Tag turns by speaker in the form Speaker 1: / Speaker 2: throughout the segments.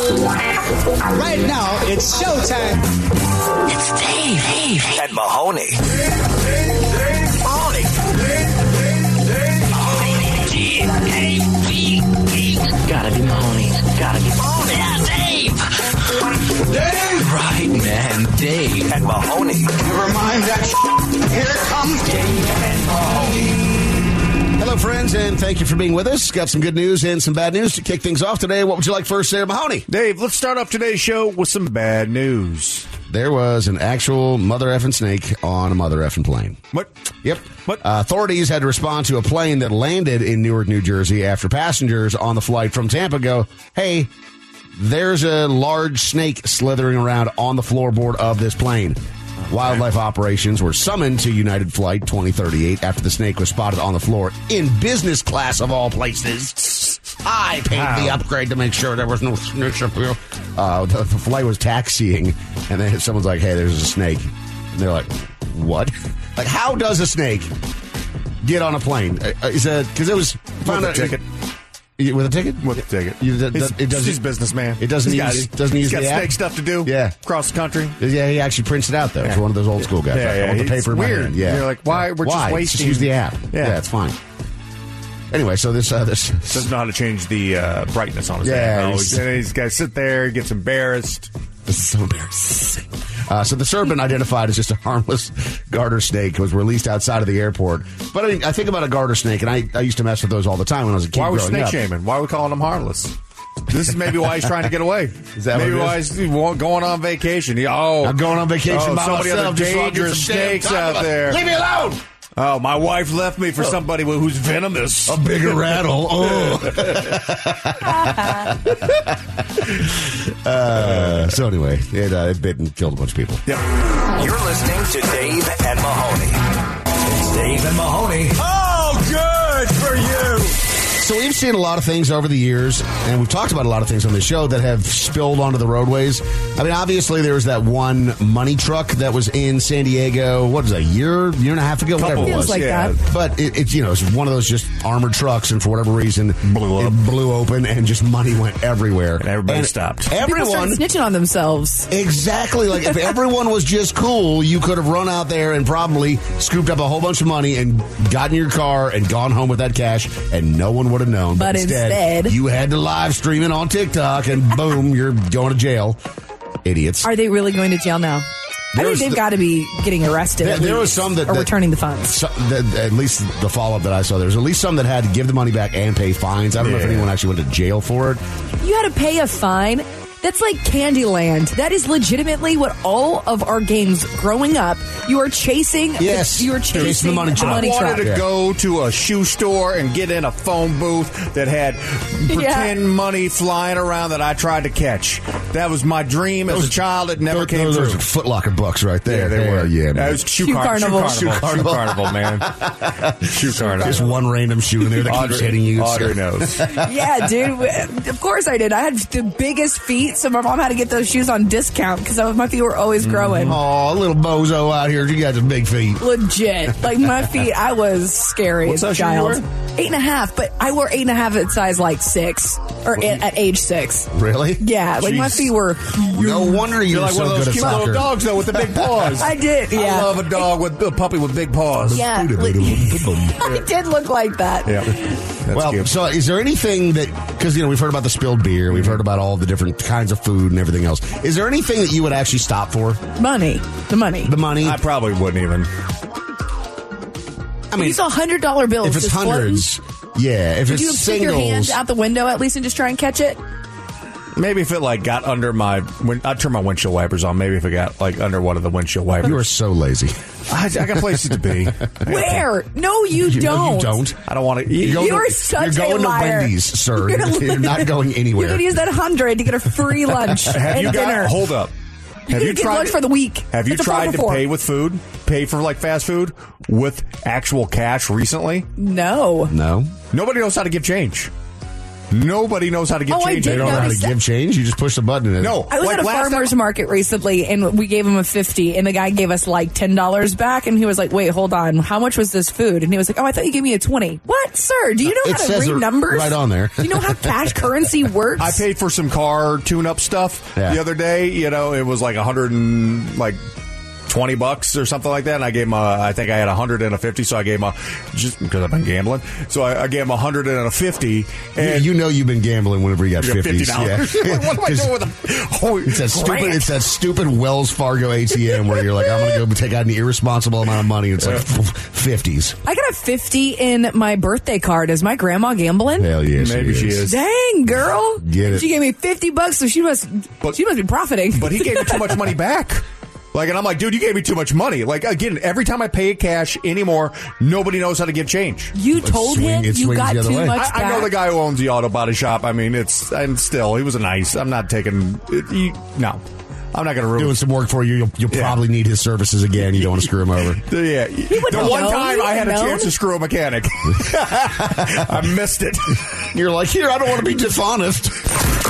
Speaker 1: Right now, it's showtime.
Speaker 2: It's Dave, Dave,
Speaker 3: and Mahoney. Mahoney.
Speaker 2: Gotta be Mahoney. Gotta be Mahoney. Yeah, Dave.
Speaker 3: Right, man. Dave and Mahoney.
Speaker 4: Never mind that. Here comes
Speaker 5: Hello, friends, and thank you for being with us. Got some good news and some bad news to kick things off today. What would you like first, Sarah Mahoney?
Speaker 6: Dave, let's start off today's show with some bad news.
Speaker 5: There was an actual mother effing snake on a mother effing plane.
Speaker 6: What?
Speaker 5: Yep. Uh,
Speaker 6: What?
Speaker 5: authorities had to respond to a plane that landed in Newark, New Jersey after passengers on the flight from Tampa go, hey, there's a large snake slithering around on the floorboard of this plane. Wildlife operations were summoned to United Flight 2038 after the snake was spotted on the floor in business class of all places. I paid the upgrade to make sure there was no snake. Uh, the, the flight was taxiing, and then someone's like, "Hey, there's a snake," and they're like, "What? Like, how does a snake get on a plane? Uh, uh, Is that because it was found
Speaker 6: a
Speaker 5: out-
Speaker 6: ticket.
Speaker 5: Y- With a ticket?
Speaker 6: With a ticket.
Speaker 5: You- that-
Speaker 6: He's-
Speaker 5: that- it doesn't-
Speaker 6: he's a businessman.
Speaker 5: It doesn't
Speaker 6: He's got
Speaker 5: use.
Speaker 6: it.
Speaker 5: Doesn't use
Speaker 6: He's got
Speaker 5: the app.
Speaker 6: snake stuff to do.
Speaker 5: Yeah.
Speaker 6: across the country.
Speaker 5: Yeah, he actually prints it out though. It's
Speaker 6: Yeah.
Speaker 5: one of those old school guys.
Speaker 6: Yeah,
Speaker 5: like, I
Speaker 6: yeah,
Speaker 5: want the
Speaker 6: it's
Speaker 5: paper in my
Speaker 6: weird.
Speaker 5: hand. Yeah,
Speaker 6: You're like, why? We're just wasting-
Speaker 5: use the app.
Speaker 6: Yeah.
Speaker 5: yeah, it's fine. Anyway, so this uh, this
Speaker 6: Doesn't know how to change the uh, brightness on his
Speaker 5: Yeah,
Speaker 6: thing. No,
Speaker 5: he's-
Speaker 6: he's, and he's got to sit there, gets embarrassed.
Speaker 5: This is so embarrassing. Uh, so the serpent identified as just a harmless garter snake was released outside of the airport. But I, mean, I think about a garter snake, and I, I used to mess with those all the time when I was a kid.
Speaker 6: Why are we
Speaker 5: growing
Speaker 6: snake
Speaker 5: up.
Speaker 6: shaming? Why are we calling him harmless? This is maybe why he's trying to get away.
Speaker 5: Is that what
Speaker 6: maybe
Speaker 5: it
Speaker 6: why
Speaker 5: is?
Speaker 6: he's wa- going on vacation? He, oh,
Speaker 5: I'm going on vacation
Speaker 6: oh,
Speaker 5: by
Speaker 6: so many
Speaker 5: myself.
Speaker 6: Other
Speaker 5: just so I can
Speaker 6: dangerous
Speaker 5: get some damn
Speaker 6: snakes
Speaker 5: time
Speaker 6: out
Speaker 5: left.
Speaker 6: there.
Speaker 5: Leave me alone.
Speaker 6: Oh, my wife left me for somebody who's venomous.
Speaker 5: A bigger rattle. Oh. uh, so anyway, it, uh, it bit and killed a bunch of people.
Speaker 3: You're listening to Dave and Mahoney. It's Dave and Mahoney. Oh, good for you.
Speaker 5: So we've seen a lot of things over the years, and we've talked about a lot of things on the show that have spilled onto the roadways. I mean, obviously there was that one money truck that was in San Diego. What was it, a year, year and a half ago, whatever it
Speaker 7: Feels
Speaker 5: was.
Speaker 7: like
Speaker 6: yeah.
Speaker 7: that.
Speaker 5: But it, it, you know, it's one of those just armored trucks, and for whatever reason,
Speaker 6: Blew up.
Speaker 5: it blew open, and just money went everywhere, and
Speaker 6: everybody stopped.
Speaker 7: People
Speaker 5: Everyone,
Speaker 7: started snitching on themselves.
Speaker 5: Exactly. Like if everyone was just cool, you could have run out there and probably scooped up a whole bunch of money and gotten your car and gone home with that cash, and no one would have known.
Speaker 7: But instead-
Speaker 5: you had to live stream it on TikTok, and boom, you're going to jail, idiots.
Speaker 7: Are they really going to jail now? I think
Speaker 5: There's
Speaker 7: they've
Speaker 5: the-
Speaker 7: got to be getting arrested.
Speaker 5: There-
Speaker 7: at
Speaker 5: there
Speaker 7: least,
Speaker 5: was some that-
Speaker 7: are
Speaker 5: that-
Speaker 7: returning the funds.
Speaker 5: So, the, at least the follow up that I saw, there was at least some that had to give the money back and pay fines. I don't know if
Speaker 6: Yeah.
Speaker 5: anyone actually went to jail for it.
Speaker 7: You had to pay a fine. That's like Candyland. That is legitimately what all of our games growing up. You are chasing.
Speaker 5: Yes.
Speaker 7: you are
Speaker 5: Chasing
Speaker 7: chasing,
Speaker 5: the money truck.
Speaker 6: I wanted to
Speaker 5: Yeah.
Speaker 6: go to a shoe store and get in a phone booth that had pretend money flying around that I tried to catch. That was my dream as a child. It never
Speaker 5: Those-
Speaker 6: came
Speaker 5: those,
Speaker 6: through.
Speaker 5: are Foot Locker bucks right there. There, Yeah,
Speaker 6: That
Speaker 5: man.
Speaker 6: was shoe,
Speaker 7: Shoe
Speaker 6: car-
Speaker 7: carnival.
Speaker 6: Shoe carnival. Shoe carnival, man. shoe carnival.
Speaker 5: just one random shoe in there that keeps
Speaker 6: Audrey,
Speaker 5: hitting you.
Speaker 6: Audrey knows.
Speaker 7: yeah, dude. Of course I did. I had the biggest feet, so my mom had to get those shoes on discount because my feet were always growing.
Speaker 5: Oh, little bozo out here. You got some big feet.
Speaker 7: Legit. Like my feet, I was scary
Speaker 6: What
Speaker 7: as a
Speaker 6: size shoe you
Speaker 7: child.
Speaker 6: were?
Speaker 7: Eight and a half, but I wore eight and a half at size like six or at, at age six.
Speaker 5: Really?
Speaker 7: Yeah, like my
Speaker 6: Jeez.
Speaker 7: feet were.
Speaker 5: No wonder you're,
Speaker 6: You're like
Speaker 5: so
Speaker 6: one of
Speaker 5: good
Speaker 6: those
Speaker 5: at
Speaker 6: cute little
Speaker 5: soccer.
Speaker 6: dogs though with the big paws.
Speaker 7: I did. Yeah.
Speaker 6: I love a dog with a puppy with big paws.
Speaker 7: Yeah. I did look like that.
Speaker 6: Yeah. That's
Speaker 5: Well,
Speaker 6: cute.
Speaker 5: so is there anything that because you know we've heard about the spilled beer, we've heard about all the different kinds of food and everything else. Is there anything that you would actually stop for?
Speaker 7: Money. The money.
Speaker 5: The money?
Speaker 6: I probably wouldn't even.
Speaker 5: I mean,
Speaker 7: These are hundred dollar bills.
Speaker 5: if it's
Speaker 7: just floating.
Speaker 5: hundreds, yeah. If
Speaker 7: Would you
Speaker 5: it's
Speaker 7: stick your hand
Speaker 5: singles,
Speaker 7: out the window at least and just try and catch it?
Speaker 6: Maybe if it like got under my, when I turn my windshield wipers on. Maybe if it got like under one of the windshield wipers.
Speaker 5: you are so lazy.
Speaker 6: I, I got places to be.
Speaker 7: Where? No, you,
Speaker 5: You know
Speaker 7: don't.
Speaker 5: you don't.
Speaker 6: I don't want to.
Speaker 5: You're
Speaker 7: You are
Speaker 5: to,
Speaker 7: such
Speaker 5: You're
Speaker 7: a
Speaker 5: going
Speaker 7: liar.
Speaker 5: to Wendy's,
Speaker 7: You're
Speaker 5: sir. You're,
Speaker 7: gonna-
Speaker 5: not going
Speaker 7: You
Speaker 5: anywhere.
Speaker 7: could use that hundred to get a free lunch
Speaker 6: have
Speaker 7: and
Speaker 6: you got?
Speaker 7: dinner.
Speaker 6: Hold up. Have
Speaker 7: could
Speaker 6: you
Speaker 7: get
Speaker 6: tried
Speaker 7: lunch for the week.
Speaker 6: Have you
Speaker 7: It's a four
Speaker 6: tried
Speaker 7: for
Speaker 6: to
Speaker 7: four.
Speaker 6: pay with food? Pay for like fast food with actual cash recently?
Speaker 7: no.
Speaker 5: no.
Speaker 6: Nobody knows how to give change. Nobody knows how to get
Speaker 7: Oh, I
Speaker 6: change.
Speaker 7: did
Speaker 5: They don't know how to
Speaker 7: Notice that-
Speaker 5: give change. You just push the button. And
Speaker 6: No.
Speaker 7: I was
Speaker 6: Like
Speaker 7: at a
Speaker 6: last time-
Speaker 7: farmer's market recently and we gave him a 50 and the guy gave us like $10 back and he was like, wait, hold on. How much was this food? And he was like, oh, I thought you gave me a 20. What, sir? Do you know
Speaker 5: Uh, It
Speaker 7: how to
Speaker 5: says
Speaker 7: read
Speaker 5: it
Speaker 7: numbers?
Speaker 5: right on there.
Speaker 7: Do you know how cash currency works?
Speaker 6: I paid for some car tune-up stuff
Speaker 5: Yeah.
Speaker 6: the other day. You know, it was like a hundred and like twenty bucks or something like that. And I gave him, a, I think I had a hundred and a fifty, so I gave him a just because I've been gambling. So I, I gave him a hundred and a fifty, and
Speaker 5: you know you've been gambling whenever you got
Speaker 6: you got fifty
Speaker 5: fifties.
Speaker 6: dollars. what am I doing with a oh,
Speaker 5: It's that stupid. It's that stupid Wells Fargo ATM where you're like, I'm going to go take out an irresponsible amount of money. It's like fifties.
Speaker 7: I got a 50 in my birthday card. Is my grandma gambling?
Speaker 5: Hell yeah,
Speaker 6: Maybe she is.
Speaker 7: Dang, girl.
Speaker 5: Get it.
Speaker 7: She gave me 50 bucks, so she must,
Speaker 6: But-
Speaker 7: she must be profiting.
Speaker 6: but he gave me too much money back. Like, and I'm like, dude, you gave me too much money. Like, again, every time I pay cash anymore, nobody knows how to give change.
Speaker 7: you told
Speaker 5: swing-
Speaker 7: him
Speaker 5: it
Speaker 7: you
Speaker 5: swings
Speaker 7: got
Speaker 5: the
Speaker 7: too
Speaker 5: other way.
Speaker 7: much
Speaker 6: I, I know
Speaker 7: back.
Speaker 6: the guy who owns the auto body shop. I mean, it's and still he was a nice. I'm not taking it, he- no. I'm not going to ruin.
Speaker 5: Doing some work for you. You'll, you'll
Speaker 6: Yeah.
Speaker 5: probably need his services again. You don't want to screw him over.
Speaker 6: The- yeah, the
Speaker 7: wouldn't
Speaker 6: one
Speaker 7: know.
Speaker 6: time
Speaker 7: He
Speaker 6: I had a
Speaker 7: wouldn't
Speaker 6: chance
Speaker 7: know.
Speaker 6: to screw a mechanic, I missed it.
Speaker 5: You're like, here, I don't want to be dishonest.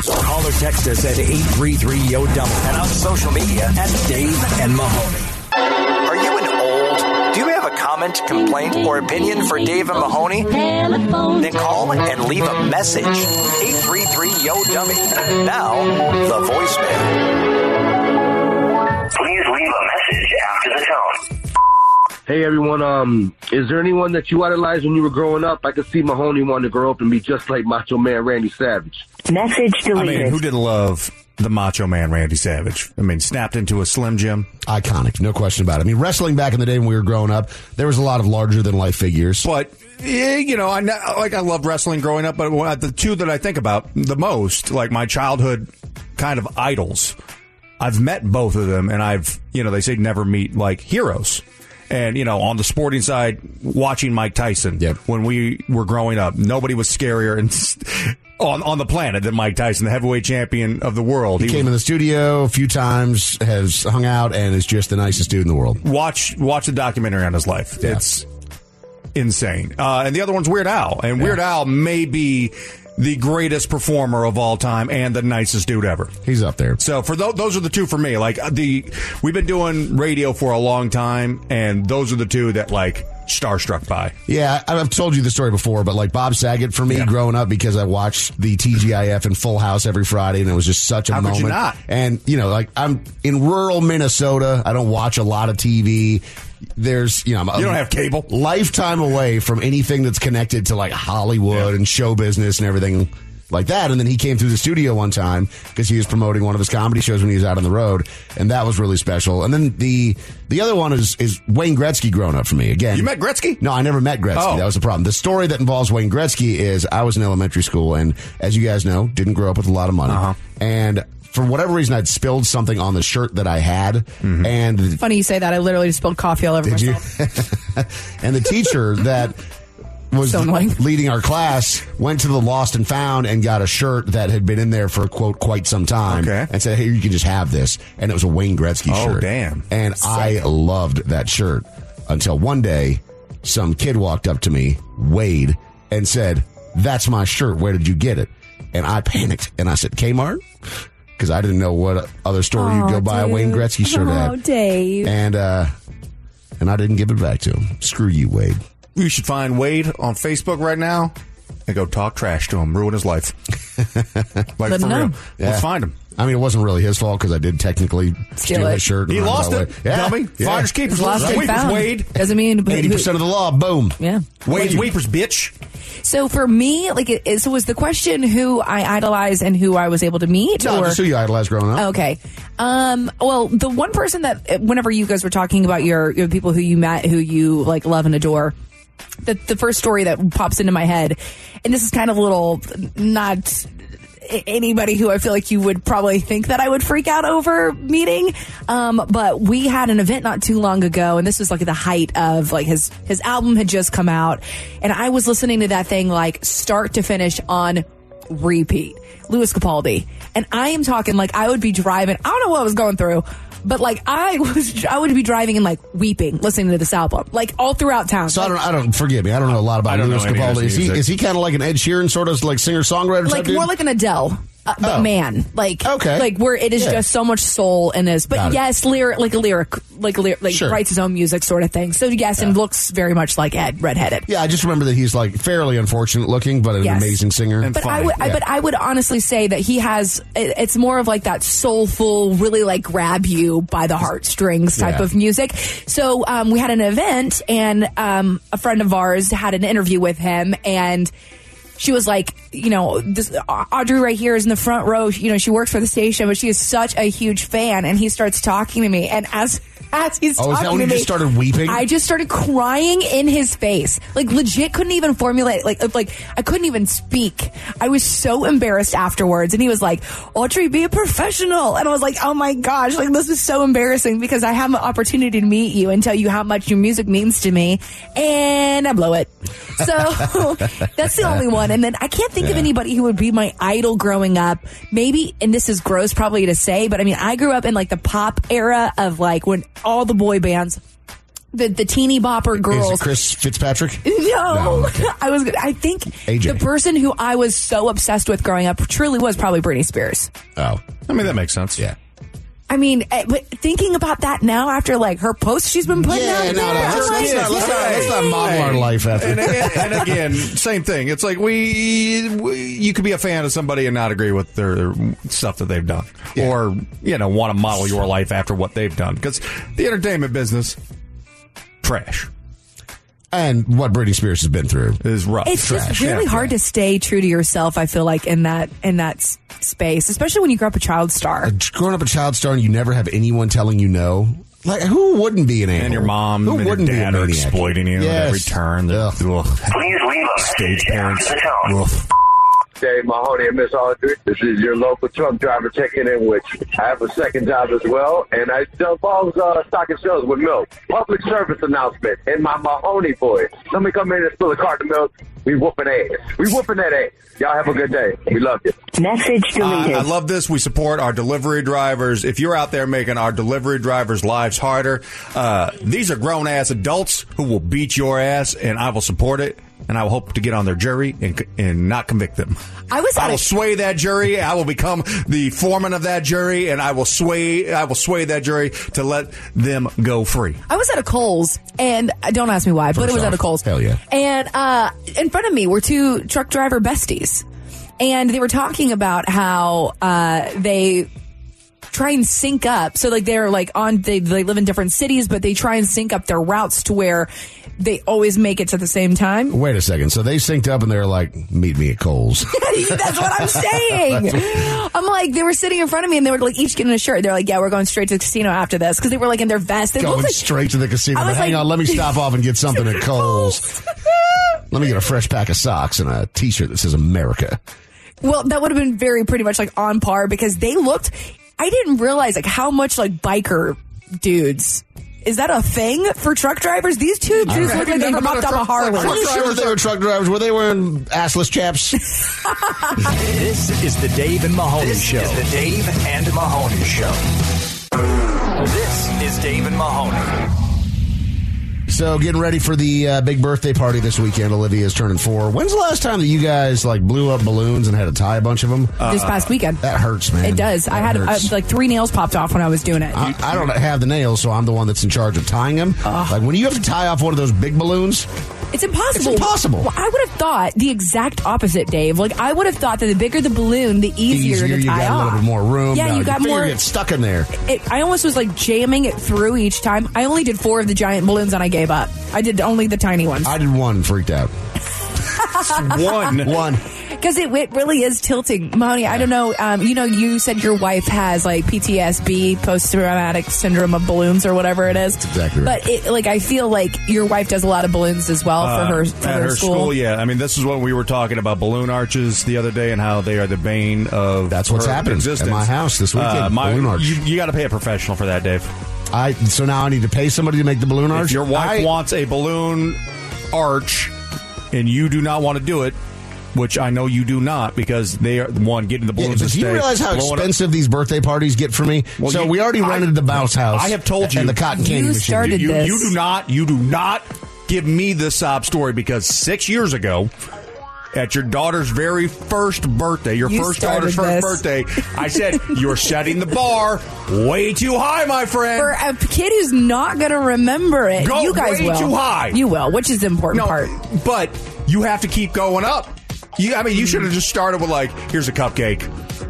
Speaker 3: Call or text us at 833-YO-DOUBLE. And on social media at Dave and Mahoney. Are you an old? Do you have a comment, complaint, or opinion for Dave and Mahoney? Then call and leave a message. 833-YO-DUMMY. Now, the voicemail.
Speaker 8: Please leave a message after the tone.
Speaker 9: Hey everyone, um, is there anyone that you idolized when you were growing up? I could see Mahoney wanted to grow up and be just like Macho Man Randy Savage.
Speaker 8: Message
Speaker 6: I mean,
Speaker 8: deleted.
Speaker 6: who didn't love the Macho Man Randy Savage? I mean, snapped into a Slim Jim.
Speaker 5: Iconic, no question about it. I mean, wrestling back in the day when we were growing up, there was a lot of larger than life figures.
Speaker 6: But eh, you know, I know- like I loved wrestling growing up, but one- the two that I think about the most, like my childhood kind of idols, I've met both of them, and I've you know they say never meet like heroes. And you know, on the sporting side, watching Mike Tyson
Speaker 5: Yep.
Speaker 6: when we were growing up, nobody was scarier and on on the planet than Mike Tyson, the heavyweight champion of the world. He,
Speaker 5: Came in the studio a few times, has hung out, and is just the nicest dude in the world.
Speaker 6: watch watch the documentary on his life.
Speaker 5: Yeah.
Speaker 6: It's insane. Uh, and the other one's Weird Al, and Weird Al may be the greatest performer of all time and the nicest dude ever.
Speaker 5: He's up there.
Speaker 6: So for tho- those are the two for me. Like uh, the we've been doing radio for a long time, and those are the two that like starstruck by.
Speaker 5: Yeah, I- I've told you the story before, but like Bob Saget for me
Speaker 6: Yeah.
Speaker 5: growing up because I watched the TGIF and Full House every Friday and it was just such a
Speaker 6: How could you
Speaker 5: moment.
Speaker 6: not?
Speaker 5: And you know, like I'm in rural Minnesota, I don't watch a lot of TV. There's, you know, I'm,
Speaker 6: You don't have cable.
Speaker 5: lifetime away from anything that's connected to like Hollywood
Speaker 6: Yeah.
Speaker 5: and show business and everything like that. And then he came through the studio one time because he was promoting one of his comedy shows when he was out on the road, and that was really special. And then the the other one is is Wayne Gretzky growing up for me again.
Speaker 6: You met Gretzky?
Speaker 5: No, I never met Gretzky.
Speaker 6: Oh.
Speaker 5: That was the problem. The story that involves Wayne Gretzky is I was in elementary school, and as you guys know, didn't grow up with a lot of money, and. For whatever reason, I'd spilled something on the shirt that I had, and
Speaker 7: Funny you say that. I literally just spilled coffee all over
Speaker 5: did you?
Speaker 7: myself.
Speaker 5: and the teacher that was
Speaker 7: So annoying.
Speaker 5: leading our class went to the lost and found and got a shirt that had been in there for quote quite some time
Speaker 6: Okay.
Speaker 5: and said, "Hey, you can just have this." And it was a Wayne Gretzky
Speaker 6: Oh,
Speaker 5: shirt.
Speaker 6: damn.
Speaker 5: And I loved that shirt until one day some kid walked up to me, Wade, and said, "That's my shirt. Where did you get it?" And I panicked and I said, "Kmart." Because I didn't know what other store you'd go buy a Wayne Gretzky shirt at
Speaker 7: Oh, Dave.
Speaker 5: and uh and I didn't give it back to him. Screw you, Wade.
Speaker 6: You should find Wade on Facebook right now and go talk trash to him, ruin his life. like
Speaker 7: Let
Speaker 6: for
Speaker 7: him know.
Speaker 6: real,
Speaker 5: Yeah.
Speaker 6: let's find him.
Speaker 5: I mean, it wasn't really his fault because I did technically steal,
Speaker 7: it.
Speaker 5: his shirt. and
Speaker 6: He
Speaker 5: run
Speaker 6: lost
Speaker 5: my
Speaker 6: it.
Speaker 5: way.
Speaker 6: Dummy. Finders keepers.
Speaker 7: Lost
Speaker 6: Right.
Speaker 7: and found.
Speaker 6: Wade.
Speaker 7: Doesn't mean.
Speaker 5: Eighty percent of the law. Boom.
Speaker 7: Yeah.
Speaker 6: Wade's weepers, bitch.
Speaker 7: So for me, like, it, it- so was the question who I idolize and who I was able to meet?
Speaker 5: No,
Speaker 7: or?
Speaker 5: just who you idolized growing up.
Speaker 7: Okay. Um, well, the one person that uh, whenever you guys were talking about your, your people who you met, who you like love and adore, the, the first story that pops into my head, and this is kind of a little not a- anybody who I feel like you would probably think that I would freak out over meeting. Um, but we had an event not too long ago, and this was like at the height of like his his album had just come out, and I was listening to that thing like start to finish on repeat. Louis Capaldi, and I am talking like I would be driving. I don't know what I was going through. But like I was, I would be driving and like weeping listening to this album, like all throughout town.
Speaker 5: So I don't. I don't. Forgive me. I don't know a lot
Speaker 6: I
Speaker 5: about
Speaker 6: don't
Speaker 5: Lewis
Speaker 6: know any of his
Speaker 5: Capaldi. Is he
Speaker 6: music.
Speaker 5: is he kind of like an Ed Sheeran sort of like singer songwriter?
Speaker 7: like more like an Adele. Uh, but
Speaker 5: Oh.
Speaker 7: man, like
Speaker 5: Okay.
Speaker 7: like where it is
Speaker 5: Yeah.
Speaker 7: just so much soul in this. But
Speaker 5: Got it.
Speaker 7: yes, lyric like a lyric, like a lyric, like
Speaker 5: Sure.
Speaker 7: writes his own music sort of thing. So yes, and looks very much like Ed, redheaded.
Speaker 5: Yeah, I just remember that he's like fairly unfortunate looking, but an
Speaker 7: Yes.
Speaker 5: amazing singer.
Speaker 7: But I would, I,
Speaker 5: Yeah.
Speaker 7: but I would honestly say that he has. It, it's more of like that soulful, really like grab you by the heartstrings type
Speaker 5: Yeah.
Speaker 7: of music. So um, we had an event, and um, a friend of ours had an interview with him, and she was like, you know, this Audrey right here is in the front row. You know, she works for the station, but she is such a huge fan. And he starts talking to me, and as as he's
Speaker 5: Oh, is that
Speaker 7: talking
Speaker 5: when
Speaker 7: to
Speaker 5: you
Speaker 7: me,
Speaker 5: just started weeping?
Speaker 7: I just started crying in his face. Like legit couldn't even formulate like if, like I couldn't even speak. I was so embarrassed afterwards and he was like, "Audrey, be a professional." And I was like, "Oh my gosh, like this is so embarrassing because I have an opportunity to meet you and tell you how much your music means to me and I blow it." So that's the only one. And then I can't think of anybody who would be my idol growing up. Maybe and this is gross probably to say, but I mean, I grew up in like the pop era of like when all the boy bands the the teeny bopper
Speaker 5: is it
Speaker 7: girls.
Speaker 5: Chris Fitzpatrick?
Speaker 7: No,
Speaker 5: No, okay.
Speaker 7: I was. gonna- I think
Speaker 5: AJ.
Speaker 7: the person who I was so obsessed with growing up truly was probably Britney Spears.
Speaker 5: Oh,
Speaker 6: I mean, that makes sense.
Speaker 5: yeah.
Speaker 7: I mean, eh, but thinking about that now after like her posts she's been putting out
Speaker 5: Yeah, no,
Speaker 7: there,
Speaker 5: no,
Speaker 7: I'm
Speaker 5: let's,
Speaker 7: like,
Speaker 5: let's not, let's, not, let's not
Speaker 7: "Hey."
Speaker 5: model our life
Speaker 6: And
Speaker 5: after.
Speaker 6: again, and again, same thing. It's like we, we, you could be a fan of somebody and not agree with their stuff that they've done, or you know, want to model your life after what they've done. Because the entertainment business, trash
Speaker 5: And what Britney Spears has been through.
Speaker 6: is rough.
Speaker 7: It's
Speaker 6: trash.
Speaker 7: just really
Speaker 6: Yeah.
Speaker 7: hard to stay true to yourself. I feel like in that in that s- space, especially when you grow up a child star.
Speaker 5: Growing up a child star and you never have anyone telling you no. Like who wouldn't be an animal?
Speaker 6: And your mom
Speaker 5: who
Speaker 6: and your
Speaker 5: wouldn't
Speaker 6: dad
Speaker 5: be a
Speaker 6: are
Speaker 5: maniac?
Speaker 6: exploiting you
Speaker 5: Yes.
Speaker 6: at every turn. The,
Speaker 5: Ugh.
Speaker 6: ugh,
Speaker 8: Please leave a
Speaker 6: stage
Speaker 8: message after
Speaker 6: parents.
Speaker 8: the tone.
Speaker 6: Ugh.
Speaker 9: Dave Mahoney and Miss Audrey. This is your local truck driver checking in, which I have a second job as well, and I sell balls, uh, stock and shells with milk. Public service announcement in my Mahoney voice. Let me come in and spill a carton of milk. We whooping ass. We whooping that ass. Y'all have a good day. We love you.
Speaker 8: Message
Speaker 6: I,
Speaker 8: deleted.
Speaker 6: I love this. We support our delivery drivers. If you're out there making our delivery drivers' lives harder, uh, these are grown ass adults who will beat your ass, and I will support it. And I will hope to get on their jury and c- and not convict them.
Speaker 7: I was
Speaker 6: I
Speaker 7: at
Speaker 6: will
Speaker 7: a-
Speaker 6: sway that jury. I will become the foreman of that jury, and I will sway. I will sway that jury to let them go free.
Speaker 7: I was at a Coles, and uh, don't ask me why, but it was
Speaker 5: off,
Speaker 7: at a Coles.
Speaker 5: hell yeah.
Speaker 7: And uh, in front of me were two truck driver besties, and they were talking about how uh, they try and sync up. So like they're like on they they live in different cities, but they try and sync up their routes to where they always make it to the same time.
Speaker 5: Wait a second. So they synced up and they're like, "Meet me at Cole's."
Speaker 7: That's what I'm saying. I'm like, they were sitting in front of me and they were like each getting a shirt. They're like, yeah, we're going straight to the casino after this because they were like in their vest. They
Speaker 5: Going
Speaker 7: looked like
Speaker 5: straight to the casino.
Speaker 7: I was
Speaker 5: Hang
Speaker 7: like-
Speaker 5: on, let me stop off and get something at Cole's. Let me get a fresh pack of socks and a T-shirt that says America.
Speaker 7: Well, that would have been very pretty much like on par because they looked. I didn't realize like how much like biker dudes. Is that a thing for truck drivers? These two dudes look like they
Speaker 5: Never met
Speaker 7: popped up a Harley.
Speaker 5: Truck drivers, they were truck drivers. Were they wearing assless chaps?
Speaker 3: This is the Dave and Mahoney
Speaker 2: This
Speaker 3: Show.
Speaker 2: is
Speaker 3: the Dave and Mahoney Show. This is Dave and Mahoney.
Speaker 5: so getting ready for the uh, big birthday party this weekend. Olivia's turning four. When's the last time that you guys like blew up balloons and had to tie a bunch of them?
Speaker 6: Uh,
Speaker 7: this past weekend.
Speaker 5: that hurts, man.
Speaker 7: It does. I had
Speaker 5: That
Speaker 7: uh,
Speaker 5: hurts. Uh,
Speaker 7: like three nails popped off when I was doing it.
Speaker 5: I, I don't have the nails, so I'm the one that's in charge of tying them. like when you have to tie off one of those big balloons,
Speaker 7: It's impossible.
Speaker 5: It's impossible.
Speaker 7: Well, I would have thought the exact opposite, Dave. Like I would have thought that the bigger the balloon, the easier,
Speaker 5: easier.
Speaker 7: to
Speaker 5: You
Speaker 7: tie
Speaker 5: got a
Speaker 7: off.
Speaker 5: little bit more room.
Speaker 7: Yeah,
Speaker 5: Now
Speaker 7: you
Speaker 5: your
Speaker 7: got
Speaker 5: finger
Speaker 7: more.
Speaker 5: gets stuck in there.
Speaker 7: it, I almost was like jamming it through each time. I only did four of the giant balloons and I gave up. I did only the tiny ones.
Speaker 5: I did one, freaked out.
Speaker 6: One.
Speaker 5: One.
Speaker 7: Because it, it really is tilting, Mahoney. I don't know. Um, you know, you said your wife has like PTSD, post traumatic syndrome of balloons, or whatever it is.
Speaker 5: exactly right.
Speaker 7: But it, like, I feel like your wife does a lot of balloons as well for her for
Speaker 6: Uh, at
Speaker 7: her,
Speaker 6: her school. yeah. I mean, this is what we were talking about balloon arches the other day and how they are the bane of
Speaker 5: That's what's
Speaker 6: her
Speaker 5: happened at
Speaker 6: existence. Uh,
Speaker 5: my house this weekend, balloon arch.
Speaker 6: You, you got to pay a professional for that, Dave.
Speaker 5: I so now I need to pay somebody to make the balloon arch.
Speaker 6: If your wife
Speaker 5: I-
Speaker 6: wants a balloon arch and you do not want to do it, which I know you do not because they are one getting the balloons.
Speaker 5: Yeah,
Speaker 6: and
Speaker 5: do you
Speaker 6: stay
Speaker 5: realize how
Speaker 6: blowing up-
Speaker 5: expensive these birthday parties get for me?
Speaker 6: Well,
Speaker 5: so
Speaker 6: you-
Speaker 5: we already rented the bounce house.
Speaker 6: I have told you
Speaker 5: and the cotton candy
Speaker 7: You
Speaker 5: machine.
Speaker 7: started-
Speaker 6: you,
Speaker 7: this.
Speaker 6: you do not. You do not give me the sob story because six years ago. At your daughter's very first birthday, your
Speaker 7: You
Speaker 6: first daughter's
Speaker 7: started
Speaker 6: first birthday,
Speaker 7: this.
Speaker 6: I said, You're setting the bar way too high, my friend.
Speaker 7: For a kid who's not going to remember it,
Speaker 6: Go
Speaker 7: you guys
Speaker 6: way
Speaker 7: will.
Speaker 6: too high.
Speaker 7: You will, which is the important part.
Speaker 6: But you have to keep going up. You, I mean, you
Speaker 7: Mm.
Speaker 6: should have just started with like, here's a cupcake,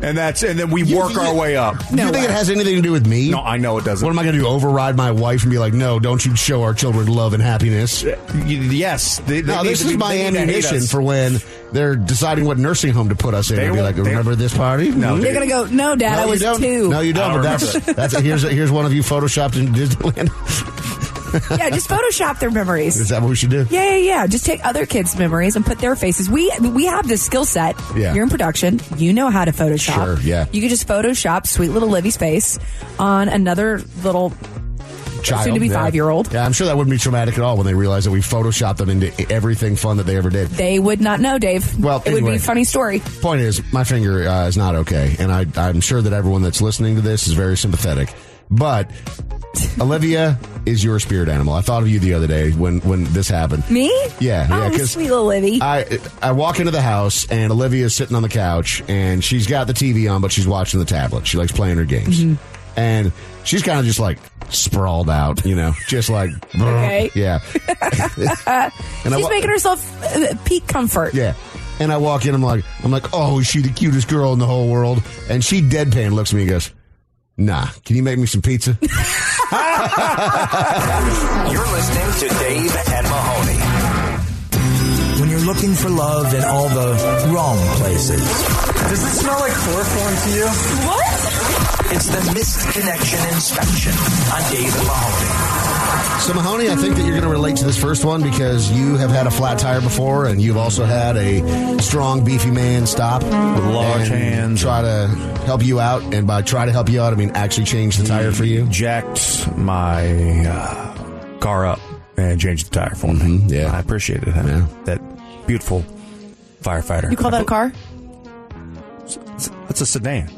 Speaker 6: and that's, and then we work our way up.
Speaker 5: Do you think it has anything to do with me?
Speaker 6: No, I know it doesn't.
Speaker 5: What am I going to do? Override my wife and be like, no, don't you show our children love and happiness?
Speaker 6: Y- Yes, they, they
Speaker 5: No,
Speaker 6: need
Speaker 5: this
Speaker 6: to
Speaker 5: is
Speaker 6: be-
Speaker 5: my
Speaker 6: they need to hate
Speaker 5: ammunition
Speaker 6: us.
Speaker 5: for when they're deciding what nursing home to put us in.
Speaker 6: They
Speaker 5: I'll be
Speaker 6: won't-
Speaker 5: like,
Speaker 6: they-
Speaker 5: remember this party?
Speaker 6: No,
Speaker 5: Hmm?
Speaker 6: they-
Speaker 7: They're going to go, no, Dad, I
Speaker 5: you
Speaker 7: was
Speaker 5: don't.
Speaker 7: two.
Speaker 5: No, you
Speaker 6: I
Speaker 5: don't.
Speaker 6: don't
Speaker 5: But that's
Speaker 6: remember
Speaker 5: that's a, here's a, here's one of you photoshopped in Disneyland.
Speaker 7: yeah, just Photoshop their memories.
Speaker 5: is that what we should do?
Speaker 7: Yeah, yeah, yeah. Just take other kids' memories and put their faces. We we have this skill set.
Speaker 5: Yeah.
Speaker 7: You're in production. You know how to Photoshop.
Speaker 5: Sure, yeah.
Speaker 7: You could just Photoshop sweet little Livy's face on another little.
Speaker 5: Child,
Speaker 7: Soon to be
Speaker 5: yeah.
Speaker 7: five-year-old.
Speaker 5: Yeah, I'm sure that wouldn't be traumatic at all when they realize that we photoshopped them into everything fun that they ever did.
Speaker 7: They would not know, Dave.
Speaker 5: Well,
Speaker 7: it would be
Speaker 5: anyway.
Speaker 7: a funny story.
Speaker 5: Point is, my finger uh, is not okay, and I, I'm sure that everyone that's listening to this is very sympathetic. But Olivia is your spirit animal. I thought of you the other day when when this happened.
Speaker 7: Me?
Speaker 5: Yeah, yeah,
Speaker 7: Oh,
Speaker 5: 'cause
Speaker 7: sweet little Livy.
Speaker 5: I I walk into the house and Olivia's sitting on the couch and she's got the TV on, but she's watching the tablet. She likes playing her games,
Speaker 7: Mm-hmm.
Speaker 5: and she's kind of just like sprawled out, you know, just like
Speaker 7: Okay.
Speaker 5: yeah. and
Speaker 7: She's
Speaker 5: wa-
Speaker 7: making herself uh, peak comfort.
Speaker 5: yeah. And I walk in, I'm like, I'm like, oh, is she the cutest girl in the whole world? And she deadpan looks at me and goes, Nah, can you make me some pizza?
Speaker 3: You're listening to Dave and Mahoney. When you're looking for love in all the wrong places, does it smell like chloroform to you?
Speaker 7: What?
Speaker 3: It's the missed connection inspection on Dave and Mahoney.
Speaker 5: so Mahoney, I think that you're going to relate to this first one because you have had a flat tire before, and you've also had a strong, beefy man stop with
Speaker 6: large hands.
Speaker 5: try to help you out. And by try to help you out, I mean actually change the tire for you.
Speaker 6: Jacked my uh, car up and changed the tire for me.
Speaker 5: Mhm, yeah.
Speaker 6: I appreciated that.
Speaker 5: Yeah.
Speaker 6: That beautiful firefighter.
Speaker 7: You call that a car?
Speaker 6: That's a sedan.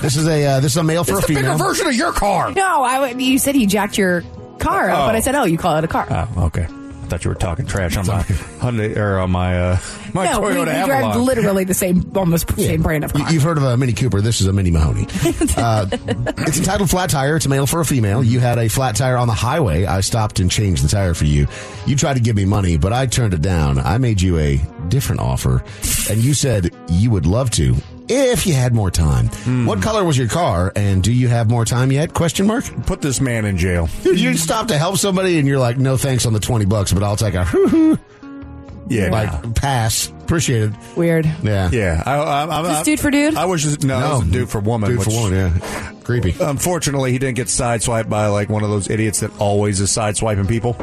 Speaker 5: This is a uh, this is a male for a female.
Speaker 6: version of your car.
Speaker 7: No, I. would- You said he jacked your car up,
Speaker 6: Oh.
Speaker 7: but I said, oh, you call it a car.
Speaker 6: Oh, okay. I thought you were talking trash on my Hyundai or on my uh, my
Speaker 7: no, we,
Speaker 6: Toyota
Speaker 7: we drive
Speaker 6: Avalon.
Speaker 7: literally the same, almost same brand of
Speaker 5: You-
Speaker 7: car.
Speaker 5: You've heard of a Mini Cooper. This is a Mini Mahoney. Uh, it's entitled Flat Tire. It's a male for a female. You had a flat tire on the highway. I stopped and changed the tire for you. You tried to give me money, but I turned it down. I made you a different offer, and you said you would love to if you had more time. What color was your car, and do you have more time yet? Question mark.
Speaker 6: Put this man in jail.
Speaker 5: Dude, you stop to help somebody, and you're like, "No thanks on the twenty bucks, but I'll take a hoo hoo
Speaker 6: Yeah,
Speaker 5: like pass. Appreciate it."
Speaker 7: Weird.
Speaker 5: Yeah,
Speaker 6: yeah. I, I, I,
Speaker 7: this
Speaker 6: I-
Speaker 7: dude for dude?
Speaker 6: I was just no, it was a dude for woman.
Speaker 5: Dude for
Speaker 6: which-
Speaker 5: woman. Yeah, creepy.
Speaker 6: Unfortunately, he didn't get sideswiped by like one of those idiots that always is sideswiping people.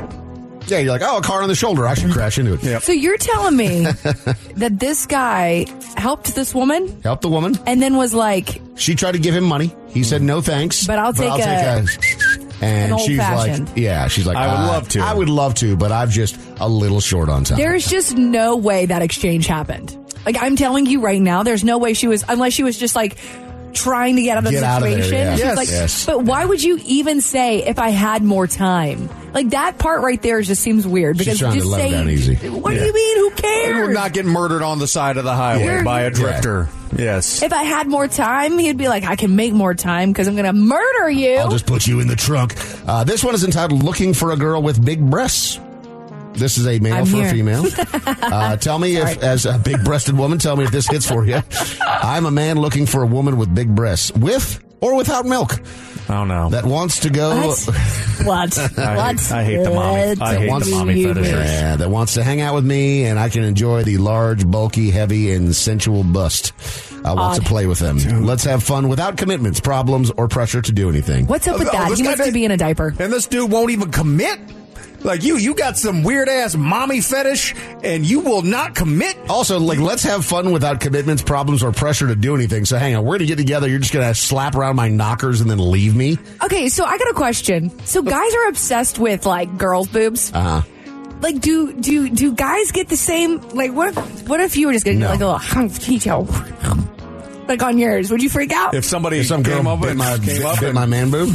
Speaker 5: Yeah, you're like, oh, a car on the shoulder. I should crash into it.
Speaker 6: Mm-hmm. Yeah.
Speaker 7: So you're telling me that this guy helped this woman
Speaker 5: Help the woman.
Speaker 7: and then was like,
Speaker 5: She tried to give him money. He said
Speaker 6: Mm-hmm.
Speaker 5: no thanks.
Speaker 7: But I'll take a-
Speaker 5: a- and
Speaker 7: an
Speaker 5: she's
Speaker 7: old-fashioned.
Speaker 5: like, yeah, she's like,
Speaker 6: I would
Speaker 5: uh,
Speaker 6: love to.
Speaker 5: I would love to, but I'm just a little short on time.
Speaker 7: there's just no way that exchange happened. Like, I'm telling you right now, there's no way she was, unless she was just like, Trying to get out of
Speaker 5: Get
Speaker 7: the
Speaker 5: out of there,
Speaker 7: situation.
Speaker 5: yeah.
Speaker 7: She was
Speaker 5: Yes.
Speaker 7: like,
Speaker 5: Yes.
Speaker 7: But why would you even say if I had more time? Like that part right there just seems weird because
Speaker 5: trying to
Speaker 7: just
Speaker 5: let it
Speaker 7: saying,
Speaker 5: down easy.
Speaker 7: What
Speaker 5: Yeah.
Speaker 7: do you mean? Who
Speaker 6: We're
Speaker 7: cares?
Speaker 6: not getting murdered on the side of the highway
Speaker 7: Yeah.
Speaker 6: by a
Speaker 7: Yeah.
Speaker 6: drifter. Yes.
Speaker 7: if I had more time, he'd be like, I can make more time because I'm going to murder you.
Speaker 5: I'll just put you in the trunk. Uh, this one is entitled "Looking for a Girl with Big Breasts." This is a male
Speaker 7: I'm
Speaker 5: for a
Speaker 7: here.
Speaker 5: female. Uh, tell me if, as a big-breasted woman, tell me if this hits for you. I'm a man looking for a woman with big breasts, with or without milk,
Speaker 6: I don't know.
Speaker 5: that wants to go.
Speaker 7: What? What?
Speaker 6: I hate-
Speaker 7: What?
Speaker 6: I hate the mommy. I
Speaker 7: What
Speaker 6: hate
Speaker 5: the
Speaker 7: do
Speaker 6: mommy
Speaker 7: you
Speaker 6: fetish.
Speaker 7: mean?
Speaker 5: Yeah, that wants to hang out with me, and I can enjoy the large, bulky, heavy, and sensual bust. I want to
Speaker 7: Odd.
Speaker 5: play with them. Let's have fun without commitments, problems, or pressure to do anything.
Speaker 7: What's up with
Speaker 6: Oh,
Speaker 7: that?
Speaker 6: this
Speaker 7: He
Speaker 6: guy
Speaker 7: wants to
Speaker 6: did-
Speaker 7: be in a diaper.
Speaker 6: and this dude won't even commit. Like you, you got some weird ass mommy fetish, and you will not commit.
Speaker 5: Also, like, let's have fun without commitments, problems, or pressure to do anything. So, hang on, we're gonna get together. You're just gonna slap around my knockers and then leave me.
Speaker 7: Okay, so I got a question. So guys are obsessed with like girls' boobs.
Speaker 5: Uh huh.
Speaker 7: like do do do guys get the same like what if what if you were just gonna do
Speaker 5: No.
Speaker 7: like a little hunk detail like on yours? Would you freak out?
Speaker 6: If somebody
Speaker 5: If some
Speaker 6: came
Speaker 5: girl
Speaker 6: up
Speaker 5: bit
Speaker 6: and
Speaker 5: my,
Speaker 6: came up
Speaker 5: bit
Speaker 6: and-
Speaker 5: my man boob.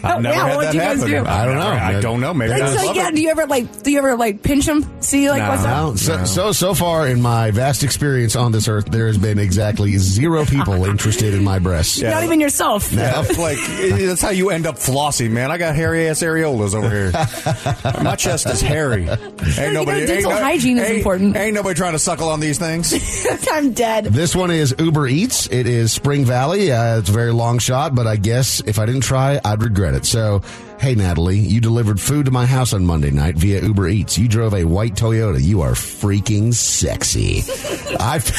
Speaker 6: I've never
Speaker 7: Oh, Yeah,
Speaker 6: had
Speaker 7: what'd
Speaker 6: that
Speaker 7: you guys
Speaker 6: happen.
Speaker 7: do?
Speaker 5: I don't know.
Speaker 6: I don't know. Maybe
Speaker 7: like
Speaker 6: I
Speaker 7: so
Speaker 6: love
Speaker 7: yeah,
Speaker 6: it.
Speaker 7: do you ever like do you ever like pinch them? See like
Speaker 6: No.
Speaker 7: what's up?
Speaker 5: Well, so, so so far in my vast experience on this earth, there has been exactly zero people interested in my breasts.
Speaker 7: Not even yourself.
Speaker 6: Yeah, that's like it- that's how you end up flossing, man. I got hairy ass areolas over here. My chest is hairy. Ain't nobody.
Speaker 7: know, dental
Speaker 6: ain't no-
Speaker 7: hygiene is
Speaker 6: ain't-
Speaker 7: important.
Speaker 6: Ain't nobody trying to suckle on these things.
Speaker 7: I'm dead.
Speaker 5: This one is Uber Eats. It is Spring Valley. Uh, it's a very long shot, but I guess if I didn't try, I'd regret it. So, hey, Natalie, you delivered food to my house on Monday night via Uber Eats. You drove a white Toyota. You are freaking sexy. I, f-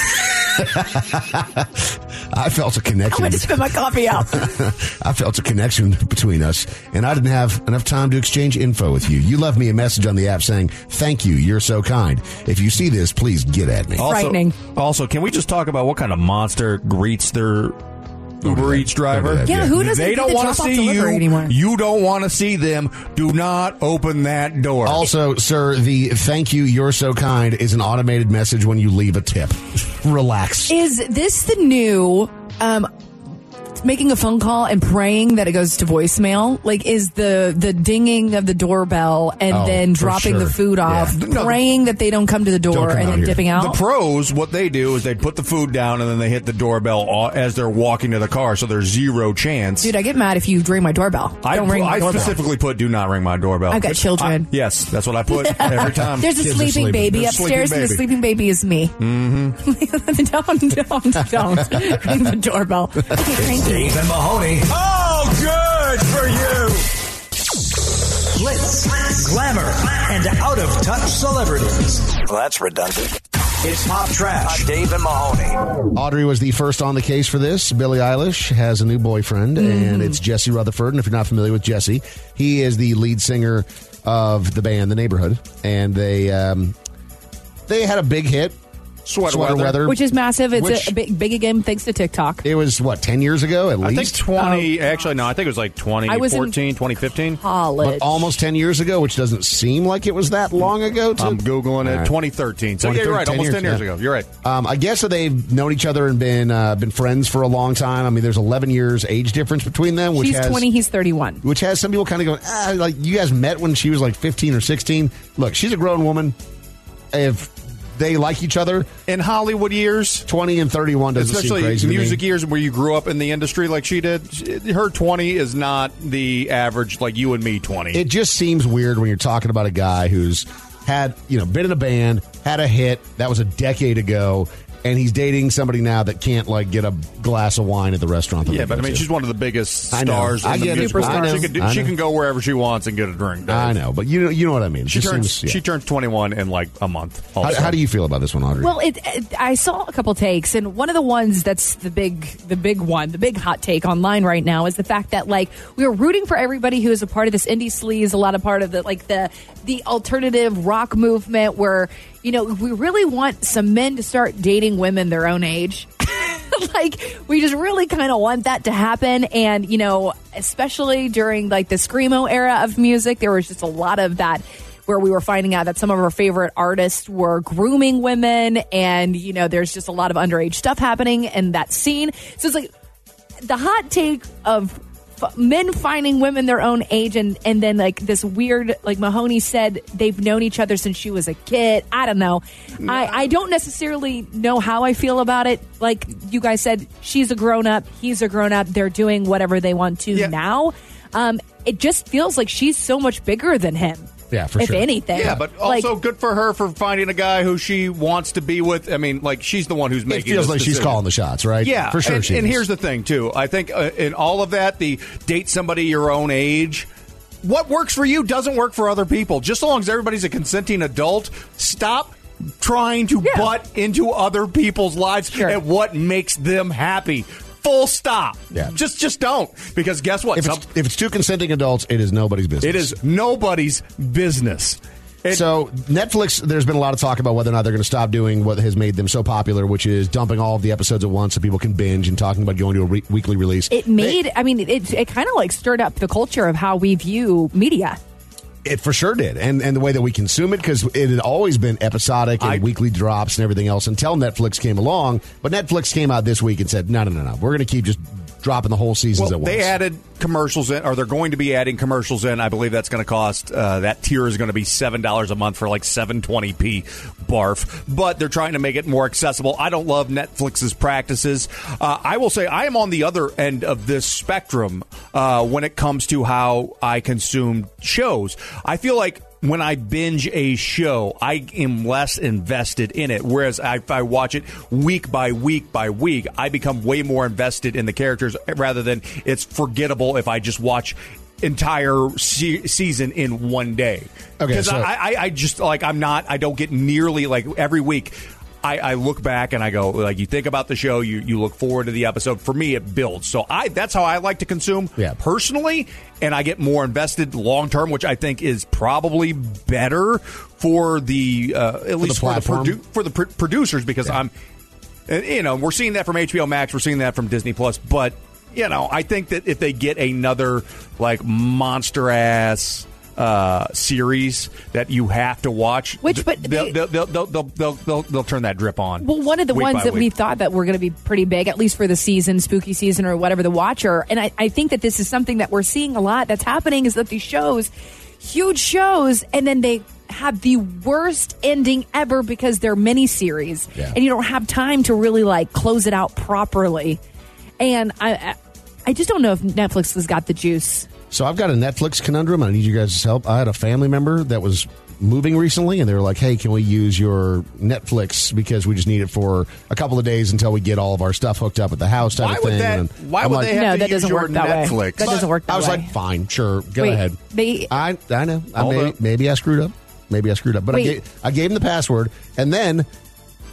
Speaker 5: I felt a
Speaker 7: I
Speaker 5: connection.
Speaker 7: went to spit my coffee out.
Speaker 5: I felt a connection between us, and I didn't have enough time to exchange info with you. You left me a message on the app saying, Thank you, you're so kind. If you see this, please get at me.
Speaker 6: Also,
Speaker 7: Frightening.
Speaker 6: Also, can we just talk about what kind of monster greets their Uber Eats driver?
Speaker 5: Yeah,
Speaker 7: who doesn't
Speaker 6: They
Speaker 7: do
Speaker 6: don't
Speaker 7: the
Speaker 6: want to
Speaker 7: drop-off
Speaker 6: see you.
Speaker 7: delivery anymore?
Speaker 6: You don't want to see them. Do not open that door.
Speaker 5: Also, sir, the thank you, you're so kind is an automated message when you leave a tip. Relax.
Speaker 7: Is this the new um making a phone call and praying that it goes to voicemail? Like is the the dinging of the doorbell and
Speaker 5: Oh,
Speaker 7: then
Speaker 5: for
Speaker 7: dropping the
Speaker 5: sure.
Speaker 7: food off,
Speaker 5: Yeah.
Speaker 6: No, the-
Speaker 7: praying that they don't come to the door
Speaker 5: come
Speaker 7: and
Speaker 5: out
Speaker 7: then
Speaker 5: here.
Speaker 7: dipping out?
Speaker 6: The pros, what they do is they put the food down and then they hit the doorbell a- as they're walking to the car, so there's zero chance.
Speaker 7: Dude, I get mad if you ring my doorbell.
Speaker 6: I,
Speaker 7: don't ring my
Speaker 6: I
Speaker 7: doorbell.
Speaker 6: specifically put "Do not ring my doorbell."
Speaker 7: I've got
Speaker 6: Which-
Speaker 7: children.
Speaker 6: I- yes, that's what I put every time.
Speaker 7: There's a
Speaker 5: Kids are
Speaker 7: sleeping,
Speaker 5: sleeping.
Speaker 7: baby
Speaker 6: There's a sleeping
Speaker 7: upstairs, and the
Speaker 6: baby.
Speaker 7: sleeping baby is me. Mm-hmm. don't, don't, don't ring the doorbell. Okay, thank you.
Speaker 3: Dave and Mahoney.
Speaker 4: Oh, good for you.
Speaker 3: Blitz, glamour, and out of touch celebrities. Well, that's redundant. It's pop trash. Dave and Mahoney.
Speaker 5: Audrey was the first on the case for this. Billie Eilish has a new boyfriend,
Speaker 7: Mm-hmm.
Speaker 5: and it's Jesse Rutherford. And if you're not familiar with Jesse, he is the lead singer of the band The Neighborhood, and they um, they had a big hit,
Speaker 6: Sweater weather.
Speaker 7: Which is massive. It's
Speaker 5: Which-
Speaker 7: a big, big again thanks to TikTok.
Speaker 5: It was what ten years ago at
Speaker 6: I think
Speaker 5: least.
Speaker 6: 20. actually, no, I think it was like
Speaker 7: I was in
Speaker 6: 2014, 2015.
Speaker 7: College.
Speaker 5: but almost 10 years ago, which doesn't seem like it was that long ago. To,
Speaker 6: I'm
Speaker 5: All
Speaker 6: googling it.
Speaker 5: right.
Speaker 6: 2013. So yeah, you're right.
Speaker 5: 2013,
Speaker 6: Almost 10 years,
Speaker 5: yeah.
Speaker 6: ago. You're right.
Speaker 5: Um, I guess that they've known each other and been uh, been friends for a long time. I mean, there's 11 years age difference between them, which
Speaker 7: She's
Speaker 5: has
Speaker 7: 20, he's 31.
Speaker 5: which has some people kind of going, ah, like you guys met when she was like 15 or 16. Look, she's a grown woman. If they like each other,
Speaker 6: In Hollywood years,
Speaker 5: 20 and 31 doesn't
Speaker 6: especially
Speaker 5: seem crazy. to me.
Speaker 6: music e- years where you grew up in the industry like she did, her 20 is not the average like you and me 20.
Speaker 5: it just seems weird when you're talking about a guy who's had you know been in a band had a hit that was a decade ago and he's dating somebody now that can't like get a glass of wine at the restaurant that
Speaker 6: yeah,
Speaker 5: they
Speaker 6: but I
Speaker 5: go
Speaker 6: mean,
Speaker 5: to.
Speaker 6: she's one of the biggest
Speaker 5: I know.
Speaker 6: stars.
Speaker 5: I
Speaker 6: in the
Speaker 5: get it.
Speaker 6: musical
Speaker 5: I
Speaker 6: world.
Speaker 5: know.
Speaker 6: She can, do,
Speaker 5: I
Speaker 6: she
Speaker 5: know.
Speaker 6: can go wherever she wants and get a drink. Dave.
Speaker 5: i know but you know you know what i mean
Speaker 6: She turns
Speaker 5: seems, yeah.
Speaker 6: she turns 21 in like a month.
Speaker 5: how,
Speaker 6: also.
Speaker 5: how do you feel about this one audrey
Speaker 7: Well, it, it, I saw a couple takes, and one of the ones that's the big, the big one, the big hot take online right now is the fact that like we are rooting for everybody who is a part of this indie sleaze, a lot of part of the like the the alternative rock movement, where you know we really want some men to start dating women their own age. like we just really kind of want that to happen and you know especially during like the screamo era of music there was just a lot of that where we were finding out that some of our favorite artists were grooming women and you know there's just a lot of underage stuff happening in that scene so it's like the hot take of f- men finding women their own age and and then like this weird like mahoney said they've known each other since she was a kid i don't know i i don't necessarily know how i feel about it like you guys said she's a grown-up he's a grown-up they're doing whatever they want to
Speaker 6: Yeah.
Speaker 7: now um it just feels like she's so much bigger than him
Speaker 5: Yeah, for
Speaker 7: if
Speaker 5: sure.
Speaker 7: anything
Speaker 6: Yeah, but
Speaker 7: Like,
Speaker 6: also good for her for finding a guy who she wants to be with. I mean, like she's the one who's
Speaker 5: it
Speaker 6: making.
Speaker 5: feels
Speaker 6: this
Speaker 5: like she's
Speaker 6: decision.
Speaker 5: calling the shots right
Speaker 6: Yeah,
Speaker 5: for sure
Speaker 6: And,
Speaker 5: she
Speaker 6: and
Speaker 5: is.
Speaker 6: here's the thing, too. I think uh, in all of that, the date somebody your own age. What works for you doesn't work for other people. Just so long as everybody's a consenting adult, stop trying to
Speaker 7: Yeah.
Speaker 6: butt into other people's lives
Speaker 7: Sure.
Speaker 6: and what makes them happy. Full stop.
Speaker 5: Yeah.
Speaker 6: Just just don't. Because guess what?
Speaker 5: if
Speaker 6: Some-
Speaker 5: it's, if it's two consenting adults it is nobody's business
Speaker 6: it is nobody's business. It-
Speaker 5: so Netflix, there's been a lot of talk about whether or not they're going to stop doing what has made them so popular, which is dumping all of the episodes at once so people can binge and talking about going to a re- weekly release.
Speaker 7: it made i mean it, it kind of like stirred up the culture of how we view media
Speaker 5: It for sure did, and and the way that we consume it because it had always been episodic and
Speaker 6: I-
Speaker 5: weekly drops and everything else until Netflix came along. But Netflix came out this week and said, no, no, no, no, we're going to keep just dropping the whole seasons
Speaker 6: Well,
Speaker 5: at once.
Speaker 6: they added commercials in, or they're going to be adding commercials in. I believe that's going to cost uh, that tier is going to be seven dollars a month for like seven twenty p barf. But they're trying to make it more accessible. I don't love Netflix's practices. Uh, I will say I am on the other end of this spectrum uh, when it comes to how I consume shows. I feel like. When I binge a show, I am less invested in it. Whereas I- if I watch it week by week by week, I become way more invested in the characters rather than it's forgettable if I just watch entire se- season in one day.
Speaker 5: Okay,
Speaker 6: Because
Speaker 5: so-
Speaker 6: I, I, I just like I'm not. I don't get nearly like every week. I, I look back and I go like you think about the show. You you look forward to the episode. For me, it builds. So I that's how I like to consume
Speaker 5: Yeah.
Speaker 6: personally, and I get more invested long term, which I think is probably better for the uh, at least for the,
Speaker 5: platform?
Speaker 6: produ- for the pr- producers because I'm, and, you know, we're seeing that from HBO Max, we're seeing that from Disney Plus, but you know, I think that if they get another like monster ass. Uh, series that you have to watch,
Speaker 7: Which, but
Speaker 6: they'll,
Speaker 7: they-
Speaker 6: they'll, they'll, they'll, they'll, they'll, they'll, they'll turn that drip on.
Speaker 7: Well, one of the
Speaker 6: week by
Speaker 7: ones that
Speaker 6: week.
Speaker 7: we thought that were going to be pretty big, at least for the season, spooky season or whatever, the Watcher. And I, I think that this is something that we're seeing a lot that's happening is that these shows, huge shows, and then they have the worst ending ever because they're miniseries.
Speaker 5: Yeah.
Speaker 7: And you don't have time to really like close it out properly. And I, I, I just don't know if Netflix has got the juice.
Speaker 5: So I've got a Netflix conundrum. I need you guys' help. I had a family member that was moving recently, and they were like, "Hey, can we use your Netflix because we just need it for a couple of days until we get all of our stuff hooked up at the house type
Speaker 6: Why
Speaker 5: of
Speaker 6: would
Speaker 5: thing."
Speaker 6: that-
Speaker 5: And
Speaker 6: why
Speaker 5: I'm
Speaker 6: would
Speaker 5: like,
Speaker 6: they have-
Speaker 7: no,
Speaker 6: to
Speaker 7: that
Speaker 6: use
Speaker 7: doesn't
Speaker 6: your
Speaker 7: work that way.
Speaker 6: Netflix.
Speaker 7: That doesn't work that
Speaker 5: I was
Speaker 7: way.
Speaker 5: like, "Fine, sure, go
Speaker 7: Wait,
Speaker 5: ahead."
Speaker 7: they-
Speaker 5: I I know. I
Speaker 6: Hold
Speaker 5: maybe,
Speaker 6: up.
Speaker 5: maybe I screwed up. Maybe I screwed up. But I
Speaker 7: Wait.
Speaker 5: gave, I gave them the password, and then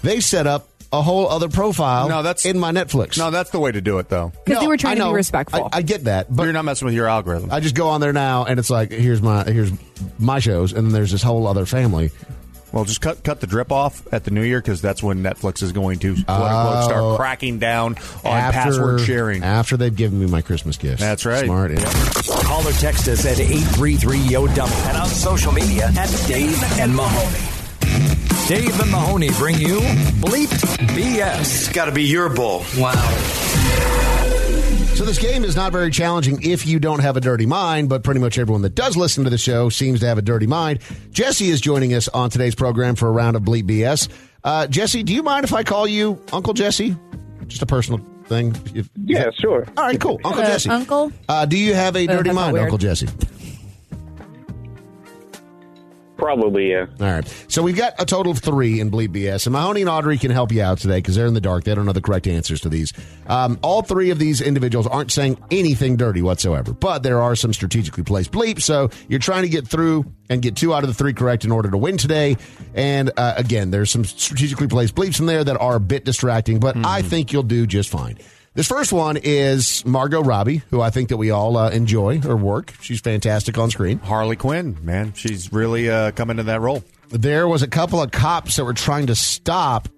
Speaker 5: they set up a whole other profile.
Speaker 6: No, that's-
Speaker 5: in my Netflix.
Speaker 6: no, that's the way to do it, though.
Speaker 7: Because they
Speaker 5: No,
Speaker 7: were trying
Speaker 5: I
Speaker 7: to
Speaker 5: know.
Speaker 7: be respectful.
Speaker 5: I, I get that, but
Speaker 6: You're not messing with your algorithm.
Speaker 5: I just go on there now, and it's like here's my here's my shows, and then there's this whole other family.
Speaker 6: Well, just cut cut the drip off at the new year because that's when Netflix is going to quote unquote, start cracking down on password sharing.
Speaker 5: after they've given me my Christmas gifts.
Speaker 6: That's right.
Speaker 5: Smart.
Speaker 3: Call or text us at 833-YO-DUMB and on social media at Dave and Mahoney. Dave and Mahoney bring you Bleeped BS.
Speaker 4: It's got to be your bull.
Speaker 5: So this game is not very challenging if you don't have a dirty mind, but pretty much everyone that does listen to the show seems to have a dirty mind. Jesse is joining us on today's program for a round of bleep BS. Uh, Jesse, do you mind if I call you Uncle Jesse? Just a personal thing. If-
Speaker 9: Yeah, sure.
Speaker 5: All right, cool. Uncle
Speaker 7: Uh,
Speaker 5: Jesse.
Speaker 7: Uncle? Oh,
Speaker 5: Uh, do you have a dirty
Speaker 7: that's not
Speaker 5: mind,
Speaker 7: weird.
Speaker 5: Uncle Jesse?
Speaker 9: Probably, yeah.
Speaker 5: All right. So we've got a total of three in Bleed BS, and Mahoney and Audrey can help you out today because they're in the dark. They don't know the correct answers to these. Um, all three of these individuals aren't saying anything dirty whatsoever, but there are some strategically placed bleeps. So you're trying to get through and get two out of the three correct in order to win today. And uh, again, there's some strategically placed bleeps in there that are a bit distracting, but I think you'll do just fine. This first one is Margot Robbie, who I think that we all uh, enjoy her work. She's fantastic on screen.
Speaker 6: Harley Quinn, man, she's really uh, come into that role.
Speaker 5: there was a couple of cops that were trying to stop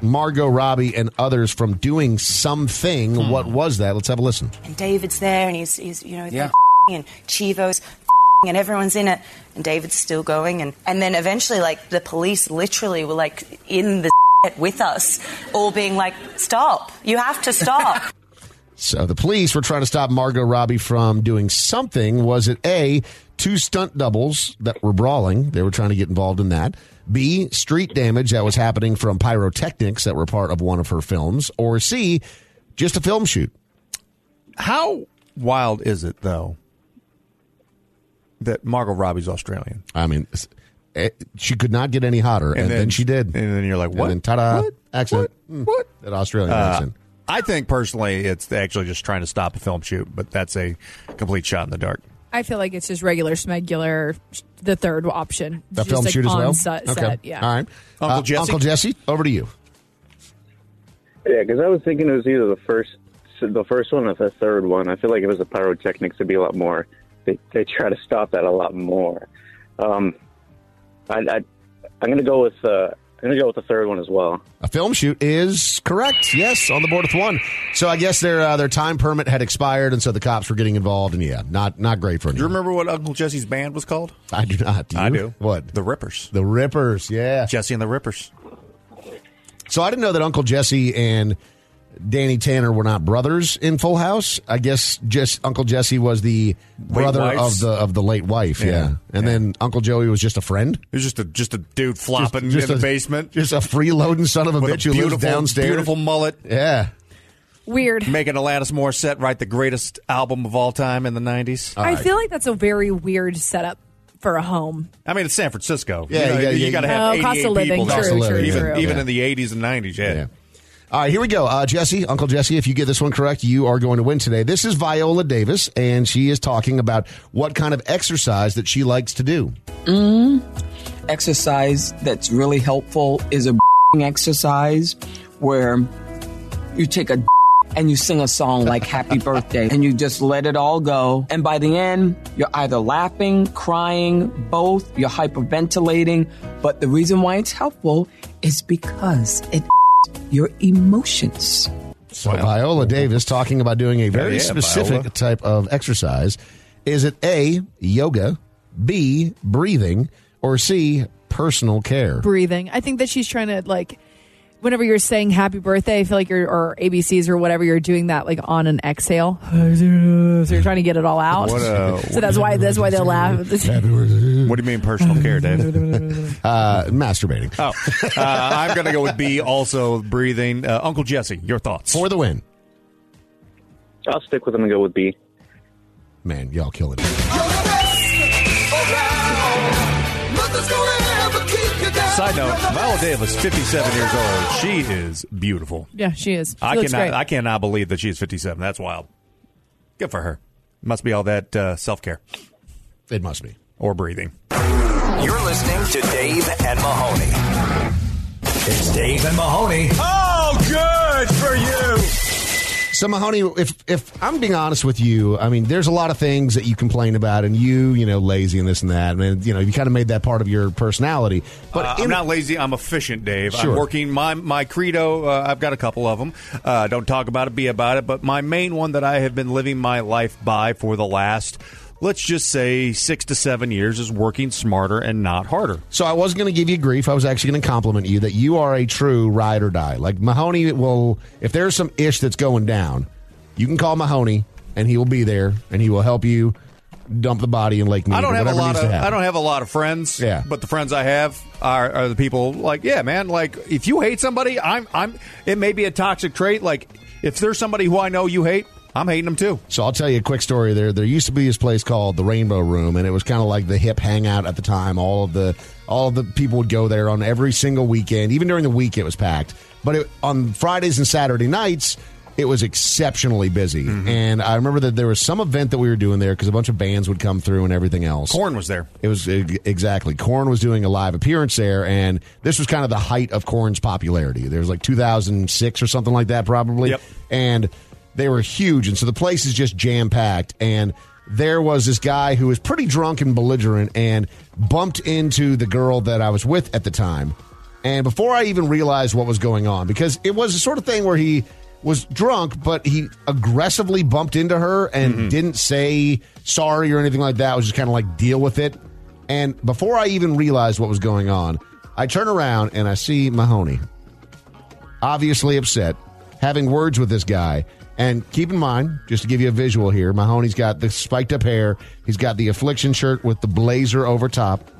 Speaker 5: Margot Robbie and others from doing something. What was that? Let's have a listen.
Speaker 10: and David's there, and he's, he's you know,
Speaker 2: Yeah.
Speaker 10: and Chivo's and everyone's in it, and David's still going, and and then eventually, like the police literally were like in the with us, all being like, "Stop! You have to stop."
Speaker 5: So the police were trying to stop Margot Robbie from doing something. Was it A, two stunt doubles that were brawling? They were trying to get involved in that. B, street damage that was happening from pyrotechnics that were part of one of her films. Or C, just a film shoot.
Speaker 6: How wild is it though that Margot Robbie's Australian?
Speaker 5: I mean, it's- it, she could not get any hotter, and, then, she did.
Speaker 6: and then you're like, what?
Speaker 5: And then ta-da,
Speaker 6: What?
Speaker 5: accent.
Speaker 6: What?
Speaker 5: Mm,
Speaker 6: What? Uh,
Speaker 5: That Australian accent.
Speaker 6: I think personally, it's actually just trying to stop a film shoot, but that's a complete shot in the dark.
Speaker 7: I feel like it's just regular smegular, the third option.
Speaker 5: The
Speaker 7: Just
Speaker 5: film
Speaker 7: like
Speaker 5: shoot as
Speaker 7: on
Speaker 5: well.
Speaker 7: Set,
Speaker 5: okay.
Speaker 7: set, yeah.
Speaker 5: All right. Uh,
Speaker 6: Uncle Jesse?
Speaker 5: Uncle Jesse, over to you.
Speaker 9: Yeah, because I was thinking it was either the first, the first one or the third one. I feel like if it was the pyrotechnics, it'd be a lot more. They they try to stop that a lot more. Um, I, I I'm gonna go with uh,
Speaker 11: I'm gonna go with the third one as well.
Speaker 5: A film shoot is correct. Yes, on the board with one. So I guess their uh, their time permit had expired, and so the cops were getting involved. And yeah, not not great for.
Speaker 6: Do you remember what Uncle Jesse's band was called?
Speaker 5: I do not. Do
Speaker 6: I
Speaker 5: you?
Speaker 6: do.
Speaker 5: What?
Speaker 6: The Rippers.
Speaker 5: The Rippers. Yeah.
Speaker 6: Jesse and the Rippers.
Speaker 5: So I didn't know that Uncle Jesse and Danny Tanner were not brothers in Full House. I guess just Uncle Jesse was the brother of
Speaker 6: wife's-
Speaker 5: the of the late wife. Yeah.
Speaker 6: Yeah.
Speaker 5: And then Uncle Joey was just a friend.
Speaker 6: It was just a just a dude flopping
Speaker 5: just
Speaker 6: in
Speaker 5: a-
Speaker 6: the basement,
Speaker 5: just a freeloading son of a
Speaker 6: with
Speaker 5: bitch who lives downstairs.
Speaker 6: beautiful mullet.
Speaker 5: Yeah,
Speaker 7: Weird.
Speaker 6: making Alanis Morissette write the greatest album of all time in the '90s.
Speaker 7: I feel like that's a very weird setup for a home.
Speaker 6: I mean, it's San Francisco.
Speaker 5: Yeah,
Speaker 6: you,
Speaker 5: you gotta-
Speaker 6: got to
Speaker 7: Oh,
Speaker 6: have 88
Speaker 7: cost of living,
Speaker 6: people
Speaker 7: true,
Speaker 6: there.
Speaker 7: Cost of living,
Speaker 6: even
Speaker 7: true.
Speaker 6: even
Speaker 5: yeah.
Speaker 6: in the '80s and '90s. Yeah.
Speaker 5: Yeah. All right, here we go. Uh, Jesse, Uncle Jesse, if you get this one correct, you are going to win today. This is Viola Davis, and she is talking about what kind of exercise that she likes to do.
Speaker 12: exercise that's really helpful is a exercise where you take a and you sing a song like happy birthday and you just let it all go and by the end you're either laughing crying both you're hyperventilating but the reason why it's helpful is because it your emotions
Speaker 5: So Viola Davis talking about doing a very
Speaker 12: Yeah,
Speaker 5: specific
Speaker 12: Viola.
Speaker 5: type of exercise. Is it A, yoga, B, breathing, or C, personal care?
Speaker 7: breathing. I think that she's trying to like whenever you're saying happy birthday, I feel like you're or ABCs or whatever, you're doing that like on an exhale. So you're trying to get it all out.
Speaker 6: What a-
Speaker 7: so that's why that's why they'll laugh.
Speaker 6: What do you mean personal care, Dave?
Speaker 5: Uh, masturbating.
Speaker 6: Oh, uh, I'm going to go with B. Also breathing. Uh, Uncle Jesse, your thoughts
Speaker 5: for the win.
Speaker 11: I'll stick with them and go with B.
Speaker 5: Man, y'all killing it.
Speaker 6: Side note: Viola Davis, 57 years old. She is beautiful.
Speaker 7: Yeah, she is. She
Speaker 6: I
Speaker 7: looks
Speaker 6: cannot.
Speaker 7: great.
Speaker 6: I cannot believe that she's 57. That's wild. Good for her. Must be all that uh, self care.
Speaker 5: It must be
Speaker 6: or breathing.
Speaker 3: You're listening to Dave and Mahoney. It's Dave and Mahoney. Oh, good for you.
Speaker 5: So Mahoney, if if I'm being honest with you, I mean, there's a lot of things that you complain about, and you, you know, lazy and this and that, and you know, you kind of made that part of your personality. But
Speaker 6: Uh, I'm not lazy. I'm efficient, Dave.
Speaker 5: Sure.
Speaker 6: I'm working my my credo. Uh, I've got a couple of them. Uh, don't talk about it, be about it. But my main one that I have been living my life by for the last, let's just say, six to seven years is working smarter and not harder.
Speaker 5: So I wasn't going to give you grief. I was actually going to compliment you that you are a true ride or die. Like Mahoney will, if there's some ish that's going down, you can call Mahoney and he will be there and he will help you dump the body in Lake Mead.
Speaker 6: I don't
Speaker 5: or
Speaker 6: have a
Speaker 5: whatever
Speaker 6: lot
Speaker 5: needs
Speaker 6: of
Speaker 5: to happen.
Speaker 6: I don't have a lot of friends.
Speaker 5: Yeah.
Speaker 6: But the friends I have are, are the people like, yeah, man, like if you hate somebody, I'm I'm it may be a toxic trait. Like if there's somebody who I know you hate, I'm hating them too.
Speaker 5: So I'll tell you a quick story. There, there used to be this place called the Rainbow Room, and it was kind of like the hip hangout at the time. All of the, all of the people would go there on every single weekend. Even during the week, it was packed. But it, on Fridays and Saturday nights, it was exceptionally busy.
Speaker 6: Mm-hmm.
Speaker 5: And I remember that there was some event that we were doing there because a bunch of bands would come through and everything else.
Speaker 6: Corn was there.
Speaker 5: It was e- exactly. Corn was doing a live appearance there, and this was kind of the height of Corn's popularity. There was like 2006 or something like that, probably.
Speaker 6: Yep.
Speaker 5: And they were huge, and so the place is just jam packed. And there was this guy who was pretty drunk and belligerent, and bumped into the girl that I was with at the time. And before I even realized what was going on, because it was the sort of thing where he was drunk, but he aggressively bumped into her and didn't say sorry or anything like that. It was just kind of like deal with it. And before I even realized what was going on, I turn around and I see Mahoney, obviously upset, having words with this guy. And keep in mind, just to give you a visual here, Mahoney's got the spiked up hair. He's got the affliction shirt with the blazer over top.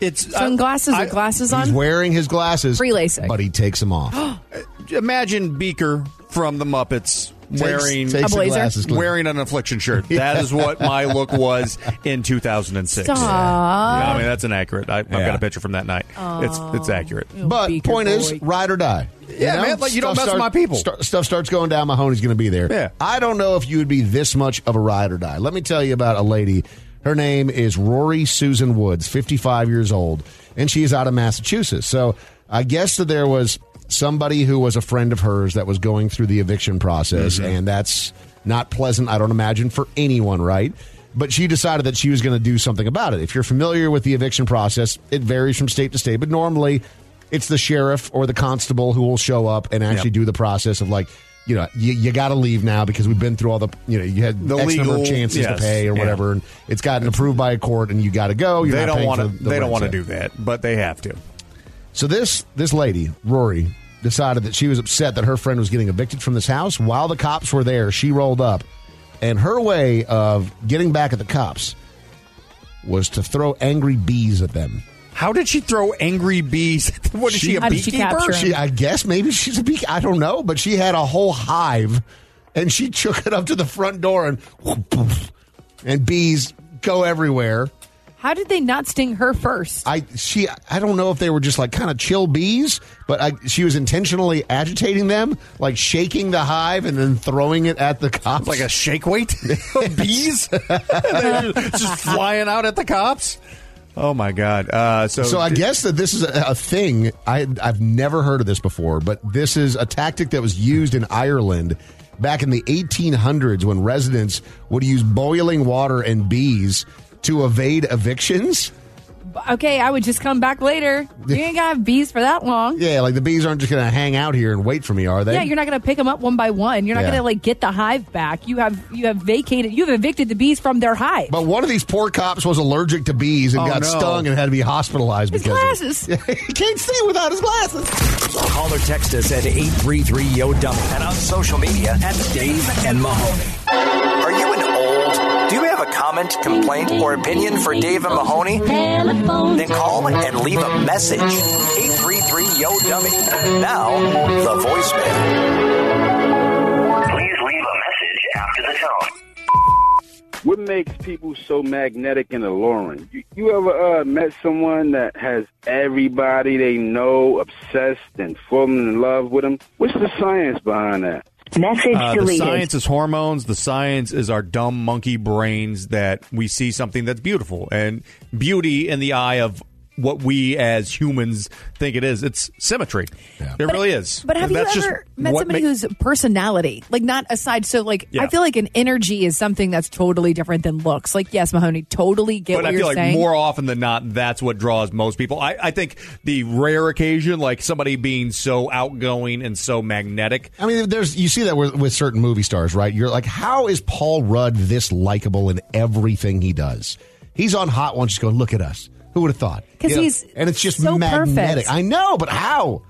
Speaker 6: It's
Speaker 7: uh, Sunglasses
Speaker 6: I-
Speaker 7: or glasses
Speaker 5: He's
Speaker 7: on?
Speaker 5: wearing his glasses,
Speaker 7: Freelacing.
Speaker 5: but he takes them off.
Speaker 6: imagine Beaker from the Muppets wearing
Speaker 5: takes
Speaker 7: A blazer? glasses,
Speaker 5: Clint.
Speaker 6: wearing an affliction shirt. That is what my look was in 2006.
Speaker 7: Stop.
Speaker 6: Yeah, I mean that's inaccurate. I, I've got
Speaker 5: Yeah.
Speaker 6: a picture from that night. It's it's accurate.
Speaker 5: But
Speaker 7: Beaker
Speaker 5: point is,
Speaker 7: boy.
Speaker 5: ride or die.
Speaker 6: Yeah, man, like, you don't mess with my people.
Speaker 5: sta- stuff starts going down. Mahoney's going to be there.
Speaker 6: Yeah.
Speaker 5: I don't know if you would be this much of a ride or die. Let me tell you about a lady. Her name is Rory Susan Woods, 55 years old, and she is out of Massachusetts. So I guess that there was somebody who was a friend of hers that was going through the eviction process,
Speaker 6: Mm-hmm.
Speaker 5: and that's not pleasant, I don't imagine, for anyone, right? But she decided that she was going to do something about it. If you're familiar with the eviction process, it varies from state to state, but normally It's the sheriff or the constable who will show up and actually do the process of like, you know, you, you got to leave now because we've been through all the, you know, you had
Speaker 6: The
Speaker 5: X number
Speaker 6: legal-
Speaker 5: of chances
Speaker 6: yes,
Speaker 5: to pay or
Speaker 6: yeah.
Speaker 5: whatever, and it's gotten approved by a court, and you got to go. You're
Speaker 6: they
Speaker 5: not
Speaker 6: don't
Speaker 5: paying
Speaker 6: want to.
Speaker 5: for the
Speaker 6: They don't
Speaker 5: rent
Speaker 6: want to
Speaker 5: yet.
Speaker 6: do that, but they have to.
Speaker 5: So this this lady, Rory, decided that she was upset that her friend was getting evicted from this house. While the cops were there, she rolled up, and her way of getting back at the cops was to throw angry bees at them.
Speaker 6: How did she throw angry bees? What is she, a beekeeper?
Speaker 5: She- I guess maybe she's a beekeeper. I don't know, but she had a whole hive, and she took it up to the front door, and whoop, poof, and bees go everywhere.
Speaker 7: How did they not sting her first?
Speaker 5: I she I don't know if they were just like kind of chill bees, but I, she was intentionally agitating them, like shaking the hive and then throwing it at the cops, like
Speaker 6: a shake weight of bees, They're just flying out at the cops. Oh my god! Uh, so,
Speaker 5: So I guess that this is a, a thing. I I've never heard of this before, but this is a tactic that was used in Ireland back in the 1800s when residents would use boiling water and bees to evade evictions.
Speaker 7: Okay, I would just come back later. You ain't gonna have bees for that long.
Speaker 5: Yeah, like the bees aren't just going to hang out here and wait for me, are they?
Speaker 7: Yeah, you're not gonna pick them up one by one. You're not
Speaker 5: Yeah.
Speaker 7: gonna like get the hive back. You have you have vacated. You have evicted the bees from their hive.
Speaker 5: But one of these poor cops was allergic to bees and
Speaker 7: Oh,
Speaker 5: got
Speaker 7: no.
Speaker 5: stung and had to be hospitalized
Speaker 7: His
Speaker 5: because of it.
Speaker 7: glasses.
Speaker 5: he can't see without his glasses.
Speaker 3: Call or text us at 833 yo dummy and on social media at Dave and Mahoney. Are you an old? Do you have a comment, complaint, or opinion for Dave and Mahoney? Then call and leave a message. 833 yo dummy. Now, the voicemail.
Speaker 8: Please leave a message after the tone.
Speaker 13: What makes people so magnetic and alluring? You, you ever uh, met someone that has everybody they know obsessed and falling in love with them? What's the science behind that?
Speaker 8: Message
Speaker 6: Uh, the science is hormones. The science is our dumb monkey brains that we see something that's beautiful and beauty in the eye of what we as humans think it is. It's symmetry. It really is.
Speaker 7: But have
Speaker 6: That's
Speaker 7: you
Speaker 6: just
Speaker 7: ever met
Speaker 6: what
Speaker 7: somebody
Speaker 6: ma-
Speaker 7: whose personality, like not aside? So, like,
Speaker 6: Yeah.
Speaker 7: I feel like an energy is something that's totally different than looks. Like, yes, Mahoney, totally get
Speaker 6: But
Speaker 7: what
Speaker 6: I
Speaker 7: you're
Speaker 6: feel like
Speaker 7: saying.
Speaker 6: more often than not, that's what draws most people. I, I think the rare occasion, like somebody being so outgoing and so magnetic,
Speaker 5: I mean, there's you see that with, with certain movie stars, right? You're like, how is Paul Rudd this likable in everything he does? He's on Hot Ones, just going, look at us. Who would have thought?
Speaker 7: 'Cause
Speaker 5: You know,
Speaker 7: he's
Speaker 5: and it's just
Speaker 7: so
Speaker 5: magnetic.
Speaker 7: perfect.
Speaker 5: I know, but how?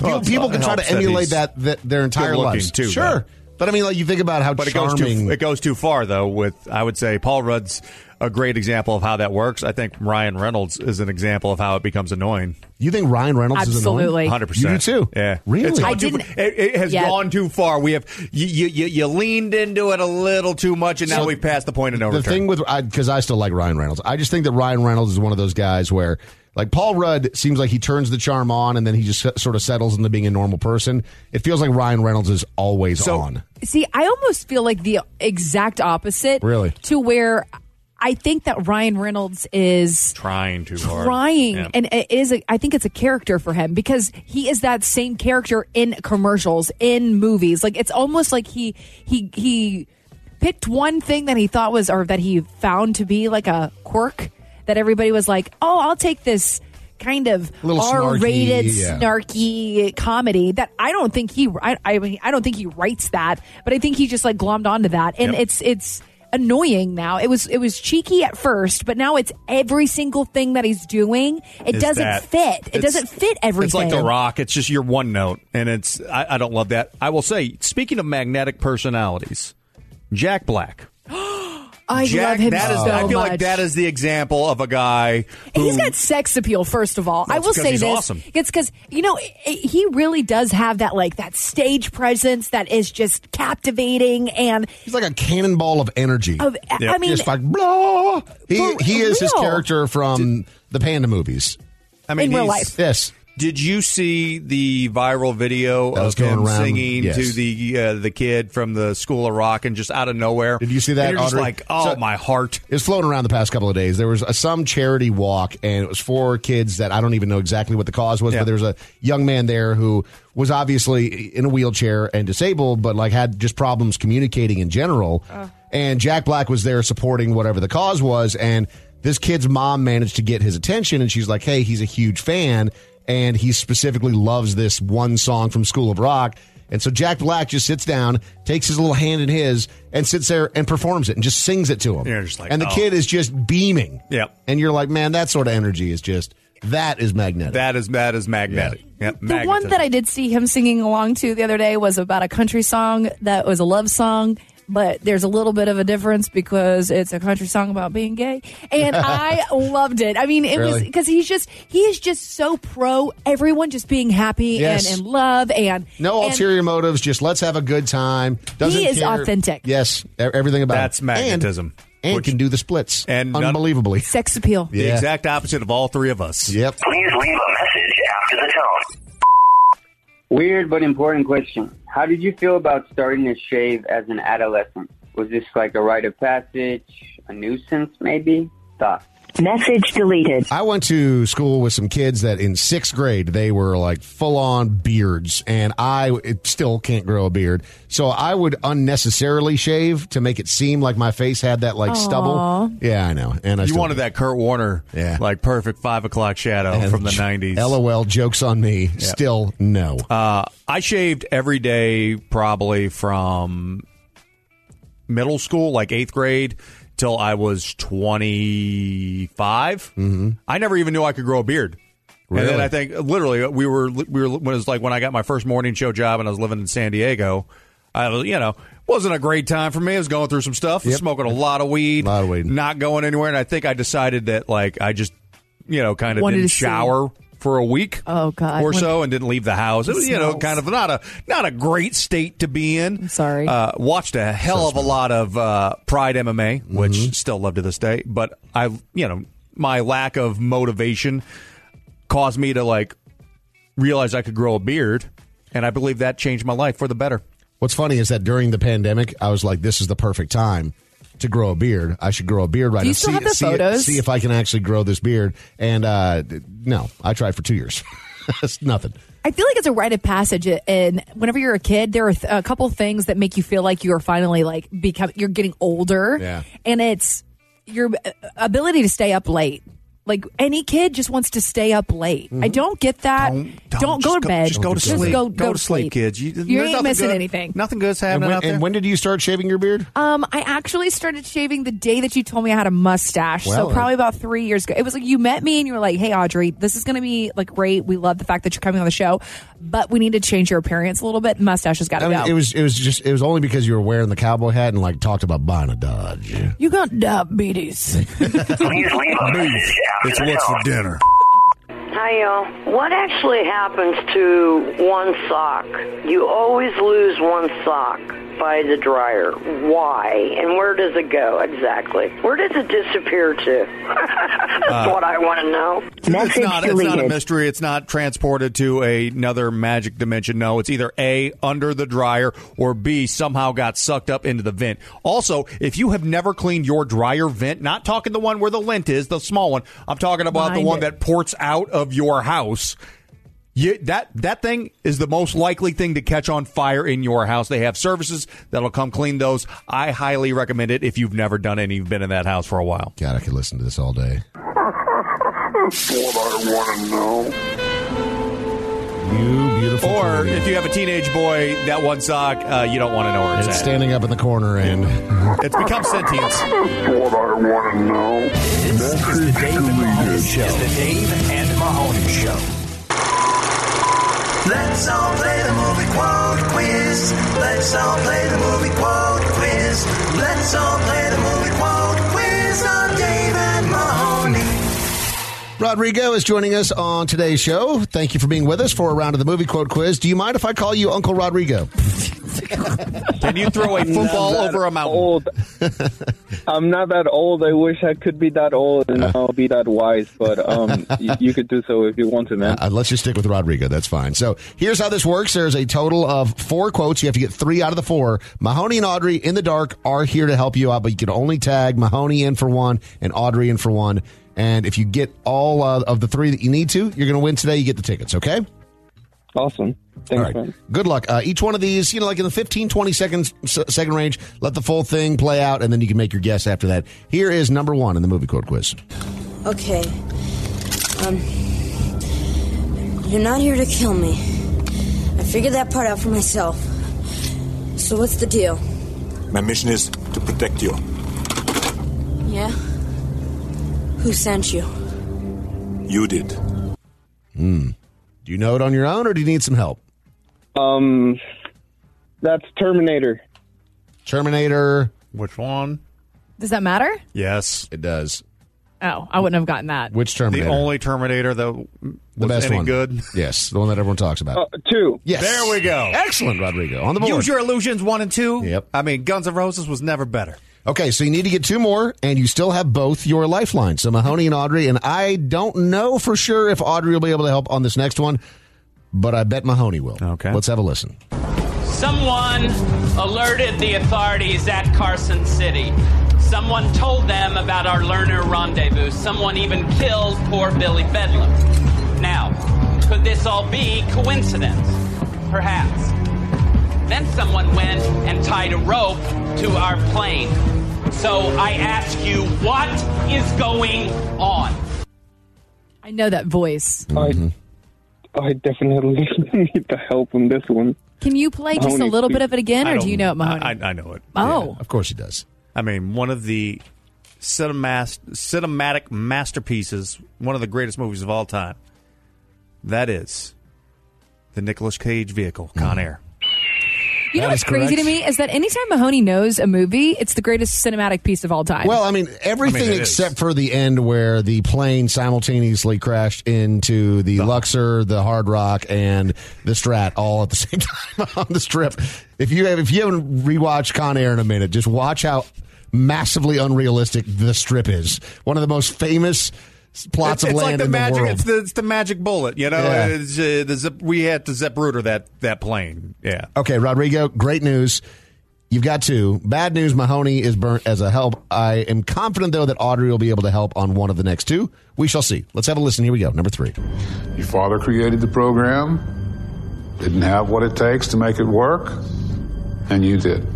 Speaker 6: Well,
Speaker 5: people people
Speaker 6: it
Speaker 5: can try
Speaker 6: helps
Speaker 5: to
Speaker 6: that
Speaker 5: emulate
Speaker 6: he's
Speaker 5: that, that their entire
Speaker 6: good-looking,
Speaker 5: lives,
Speaker 6: too,
Speaker 5: Sure,
Speaker 6: though.
Speaker 5: but I mean, like you think about how
Speaker 6: but it goes
Speaker 5: charming.
Speaker 6: too it goes too far though. With I would say Paul Rudd's a great example of how that works. I think Ryan Reynolds is an example of how it becomes annoying.
Speaker 5: you think Ryan Reynolds is annoying?
Speaker 7: Absolutely.
Speaker 6: Hundred percent.
Speaker 5: You do too.
Speaker 6: Yeah.
Speaker 5: Really?
Speaker 6: It's gone
Speaker 5: I
Speaker 6: too
Speaker 5: didn't-
Speaker 6: far. It, it has
Speaker 7: Yeah.
Speaker 6: gone too far. We have you, you you you leaned into it a little too much, and now
Speaker 5: So
Speaker 6: we've passed the point of no
Speaker 5: the
Speaker 6: return.
Speaker 5: thing with because I, still like Ryan Reynolds. I just think that Ryan Reynolds is one of those guys where like Paul Rudd seems like he turns the charm on and then he just sort of settles into being a normal person. It feels like Ryan Reynolds is always on.
Speaker 7: See, I almost feel like the exact opposite.
Speaker 5: Really?
Speaker 7: To where I think that Ryan Reynolds is
Speaker 6: trying too hard.
Speaker 7: trying,
Speaker 6: Yeah.
Speaker 7: and it is. A, I think it's a character for him because he is that same character in commercials, in movies. Like it's almost like he he he picked one thing that he thought was, or that he found to be like a quirk that everybody was like, "Oh, I'll take this." Kind of
Speaker 5: Little snarky,
Speaker 7: R-rated,
Speaker 5: yeah.
Speaker 7: snarky comedy that I don't think he. I, I mean, I don't think he writes that, but I think he just like glommed onto that, and
Speaker 6: Yep.
Speaker 7: it's it's annoying now. It was it was cheeky at first, but now it's every single thing that he's doing. It
Speaker 6: It's
Speaker 7: doesn't
Speaker 6: that.
Speaker 7: fit. It
Speaker 6: It's-
Speaker 7: doesn't fit everything.
Speaker 6: It's like The Rock. It's just your one note, and it's I, I don't love that. I will say, speaking of magnetic personalities, Jack Black.
Speaker 7: I love
Speaker 6: Jack,
Speaker 7: him
Speaker 6: that is-
Speaker 7: so
Speaker 6: I feel
Speaker 7: much.
Speaker 6: like that is the example of a guy. Who,
Speaker 7: He's got sex appeal, first of all. I
Speaker 6: That's
Speaker 7: will
Speaker 6: 'cause
Speaker 7: say
Speaker 6: he's
Speaker 7: this.
Speaker 6: awesome.
Speaker 7: It's because, you know, i- i- he really does have that, like, that stage presence that is just captivating. And
Speaker 5: He's like a cannonball of energy.
Speaker 7: Of- I Yep. mean-
Speaker 5: just like blah. He
Speaker 7: For
Speaker 5: he is his
Speaker 7: real.
Speaker 5: character from the Panda movies.
Speaker 6: I mean,
Speaker 7: in real
Speaker 6: he's-
Speaker 7: life.
Speaker 5: Yes.
Speaker 6: Did you see the viral video
Speaker 5: That was
Speaker 6: of him
Speaker 5: going around,
Speaker 6: singing
Speaker 5: yes.
Speaker 6: to the uh, the kid from the School of Rock and just out of nowhere? Did you
Speaker 5: See that?
Speaker 6: You're just
Speaker 5: Audrey?
Speaker 6: like, oh
Speaker 5: So-
Speaker 6: my heart.
Speaker 5: It was floating around the past couple of days. There was a, some charity walk, and it was for kids that I don't even know exactly what the cause was, but there was a young man there who was obviously in a wheelchair and disabled, but like had just problems communicating in general. And Jack Black was there supporting whatever the cause was, and this kid's mom managed to get his attention, and she's like, "Hey, he's a huge fan." and he specifically loves this one song from School of Rock. And so Jack Black just sits down, takes his little hand in his, and sits there and performs it and just sings it to him.
Speaker 6: You're just like,
Speaker 5: and the
Speaker 6: oh.
Speaker 5: kid is just beaming.
Speaker 6: Yep.
Speaker 5: And you're like, man, that sort of energy is just that is magnetic.
Speaker 6: That is that is magnetic. Yep.
Speaker 7: The one that I did see him singing along to the other day was about a country song that was a love song, but there's a little bit of a difference because it's a country song about being gay. And I loved it. I mean, it was
Speaker 14: Really?
Speaker 7: because he's just, he is just so pro everyone just being happy
Speaker 5: Yes.
Speaker 7: and in love. And
Speaker 5: No
Speaker 7: and-
Speaker 5: ulterior motives. Just let's have a good time. Doesn't
Speaker 7: He is
Speaker 5: care-
Speaker 7: authentic.
Speaker 5: Yes, e- everything about
Speaker 6: That's
Speaker 5: it.
Speaker 6: magnetism.
Speaker 5: And, and can do the splits. And unbelievably,
Speaker 7: sex appeal.
Speaker 6: The exact opposite of all three of us.
Speaker 5: Yep.
Speaker 8: Please leave a message after the tone.
Speaker 15: Weird but important question. How did you feel about starting to shave as an adolescent? Was this like a rite of passage, a nuisance maybe? Thoughts.
Speaker 5: Message deleted. I went to school with some kids that in sixth grade they were like full on beards, and I it still can't grow a beard. So I would unnecessarily shave to make it seem like my face had that like stubble.
Speaker 6: Aw.
Speaker 5: Yeah, I know. And I
Speaker 6: you
Speaker 5: still
Speaker 6: wanted that Kurt Warner, yeah. like perfect five o'clock shadow Oh, from the '90s.
Speaker 5: LOL, jokes on me. Still no.
Speaker 6: Uh, I shaved every day, probably from middle school, like eighth grade, till I was 25. Mm-hmm. I never even knew I could grow a beard. And then
Speaker 5: Really?
Speaker 6: I think literally we were we were when it was like when I got my first morning show job and I was living in San Diego. I was you know wasn't a great time for me. I was going through some stuff, smoking a lot of weed, not going anywhere. And I think I decided that like I just you know kind of
Speaker 7: Wanted
Speaker 6: didn't
Speaker 7: to see.
Speaker 6: shower for a week
Speaker 7: Oh, God.
Speaker 6: or
Speaker 7: When-
Speaker 6: so and didn't leave the house. It was, you know,
Speaker 7: Smells.
Speaker 6: kind of not a not a great state to be in. sorry. Uh, watched a hell of a lot of uh, Pride MMA, which
Speaker 5: Mm-hmm.
Speaker 6: still love to this day. But I, you know, my lack of motivation caused me to like realize I could grow a beard, and I believe that changed my life for the better.
Speaker 5: What's funny is that during the pandemic, I was like, "This is the perfect time to grow a beard. I should grow a beard right
Speaker 6: Do you
Speaker 5: now.
Speaker 6: still
Speaker 5: see,
Speaker 6: have the
Speaker 5: see-
Speaker 6: photos?
Speaker 5: see if I can actually grow this beard." And uh, d- no, I tried for two years. It's nothing.
Speaker 7: I feel like it's a rite of passage, and whenever you're a kid, there are th- a couple things that make you feel like you are finally like become you're getting older,
Speaker 14: Yeah.
Speaker 7: and it's your uh, ability to stay up late. Like any kid just wants to stay up late. I don't get that. Don't, go to bed.
Speaker 6: Mm-hmm. Just go to sleep.
Speaker 7: go,
Speaker 6: to sleep, kids.
Speaker 7: You
Speaker 6: You, there's
Speaker 7: ain't
Speaker 6: nothing
Speaker 7: missing
Speaker 6: good-
Speaker 7: anything.
Speaker 6: Nothing good's
Speaker 5: and,
Speaker 6: happening
Speaker 5: when,
Speaker 6: out there.
Speaker 5: and when did you start shaving your beard?
Speaker 6: Uh,
Speaker 7: Um, I actually started shaving the day that you told me I had a mustache.
Speaker 5: Well,
Speaker 7: so probably about three years ago. It was like you met me and you were like, "Hey, Audrey, this is going to be like great. We love the fact that you're coming on the show, but we need to change your appearance a little bit. Mustache has got to
Speaker 5: I mean,
Speaker 7: go."
Speaker 5: it was it was just it was only because you were wearing the cowboy hat and like talked about buying a Dodge.
Speaker 7: you got diabetes.
Speaker 8: Please leave a message after the tone.
Speaker 5: dinner.
Speaker 16: Hi, y'all. What actually happens to one sock? You always lose one sock by the dryer. Why? And where does it go exactly? Where does it disappear to? That's
Speaker 6: Uh,
Speaker 16: what I want to know.
Speaker 6: It's not, it's not a mystery. It's not transported to another magic dimension. No, it's either A, under the dryer, or B, somehow got sucked up into the vent. Also, if you have never cleaned your dryer vent, not talking the one where the lint is, the small one, I'm talking about
Speaker 17: Behind
Speaker 6: the one
Speaker 17: it.
Speaker 6: that ports out of your house. You, that that thing is the most likely thing to catch on fire in your house. They have services that'll come clean those. I highly recommend it if you've never done it and you've been in that house for a while.
Speaker 5: God, I could listen to this all day.
Speaker 8: What I want to know.
Speaker 5: You beautiful.
Speaker 6: Or if you have a teenage boy, that one sock, uh, you don't want to know where it's,
Speaker 5: It's
Speaker 6: at.
Speaker 5: standing up in the corner and
Speaker 6: it's become sentience.
Speaker 8: What I want to know.
Speaker 3: This is the Dave and Mahoney Show. It's the Dave and Mahoney Show.
Speaker 8: Let's all play the movie quote quiz. Let's all play the movie quote quiz. Let's all play the movie quote quiz on Dave and Mahoney.
Speaker 5: Rodrigo is joining us on today's show. Thank you for being with us for a round of the movie quote quiz. Do you mind if I call you Uncle Rodrigo?
Speaker 6: Can you throw a football over a mountain?
Speaker 11: Oh.
Speaker 18: Old. I'm not that old. I wish I could be that old and
Speaker 6: Uh.
Speaker 18: I'll be that wise, but um, y- you could do so if you want to, man.
Speaker 5: Uh, let's just stick with Rodrigo. That's fine. So here's how this works. There's a total of four quotes. You have to get three out of the four. Mahoney and Audrey in the dark are here to help you out, but you can only tag Mahoney in for one and Audrey in for one. And if you get all uh, of the three that you need to, you're going to win today. You get the tickets. Okay.
Speaker 18: Awesome. Thanks,
Speaker 5: All right.
Speaker 18: man.
Speaker 5: Good luck. Uh, each one of these, you know, like in the 15, 20 seconds, s- second range, let the full thing play out, and then you can make your guess after that. Here is number one in the movie quote quiz.
Speaker 19: Okay. Um,
Speaker 20: You're not here to kill me. I figured that part out for myself. So what's the deal?
Speaker 21: My mission is to protect you.
Speaker 20: Yeah? Who sent you?
Speaker 21: You did.
Speaker 5: Hmm. Do you know it on your own, or do you need some help?
Speaker 11: Um, that's Terminator.
Speaker 5: Terminator.
Speaker 6: Which one?
Speaker 7: Does that matter?
Speaker 6: Yes,
Speaker 5: it does.
Speaker 7: Oh, I wouldn't have gotten that.
Speaker 5: Which Terminator?
Speaker 6: The only Terminator that was
Speaker 5: The best
Speaker 6: any
Speaker 5: one.
Speaker 6: good. Oh,
Speaker 5: Yes, the one that everyone talks about.
Speaker 11: uh, two.
Speaker 5: Yes.
Speaker 6: There we go.
Speaker 5: Excellent, Rodrigo. On the board.
Speaker 6: Use Your Illusions one and two.
Speaker 5: Yep.
Speaker 6: I mean, Guns N' Roses was never better.
Speaker 5: Okay, so you need to get two more, and you still have both your lifelines. So Mahoney and Audrey, and I don't know for sure if Audrey will be able to help on this next one, but I bet Mahoney will. Okay. Let's have a listen.
Speaker 19: Someone alerted the authorities at Carson City. Someone told them about our learner rendezvous. Someone even killed poor Billy Bedlam. Now, could this all be coincidence? Perhaps. Then someone went and tied a rope to our plane. So I ask you, what is going on?
Speaker 7: I know that voice.
Speaker 6: Mm-hmm.
Speaker 11: I definitely need the help on this one.
Speaker 7: Can you play just a
Speaker 6: Mahoney,
Speaker 7: little bit of it again,
Speaker 6: I
Speaker 7: or do
Speaker 6: don't-
Speaker 7: you know it, Mahoney?
Speaker 6: I, I know it.
Speaker 7: Oh. Yeah,
Speaker 5: of course he does.
Speaker 6: I mean, one of the cinemas- cinematic masterpieces, one of the greatest movies of all time. That is the Nicolas Cage vehicle, Con Air.
Speaker 7: you know
Speaker 6: That
Speaker 7: what's
Speaker 6: is
Speaker 7: crazy to
Speaker 6: correct.
Speaker 7: me is that anytime Mahoney knows a movie, it's the greatest cinematic piece of all time.
Speaker 5: Well, I mean, everything
Speaker 6: it is.
Speaker 5: except for the end where the plane simultaneously crashed into the Luxor, the Hard Rock, and the Strat all at the same time on the strip. If you have, if you haven't rewatched Con Air in a minute, just watch how massively unrealistic the strip is. One of the most famous plots
Speaker 6: it's,
Speaker 5: of
Speaker 6: it's
Speaker 5: land
Speaker 6: like the
Speaker 5: in
Speaker 6: magic.
Speaker 5: the world.
Speaker 6: It's, the, it's the magic bullet, you know.
Speaker 5: Yeah.
Speaker 6: It's, uh, the zip, we had to zip rooter that that plane. Yeah.
Speaker 5: Okay, Rodrigo, great news. You've got two. Bad news, Mahoney is burnt as a help. I am confident, though, that Audrey will be able to help on one of the next two. We shall see. Let's have a listen. Here we go. Number three.
Speaker 9: Your father created the program, didn't have what it takes to make it work, and you did.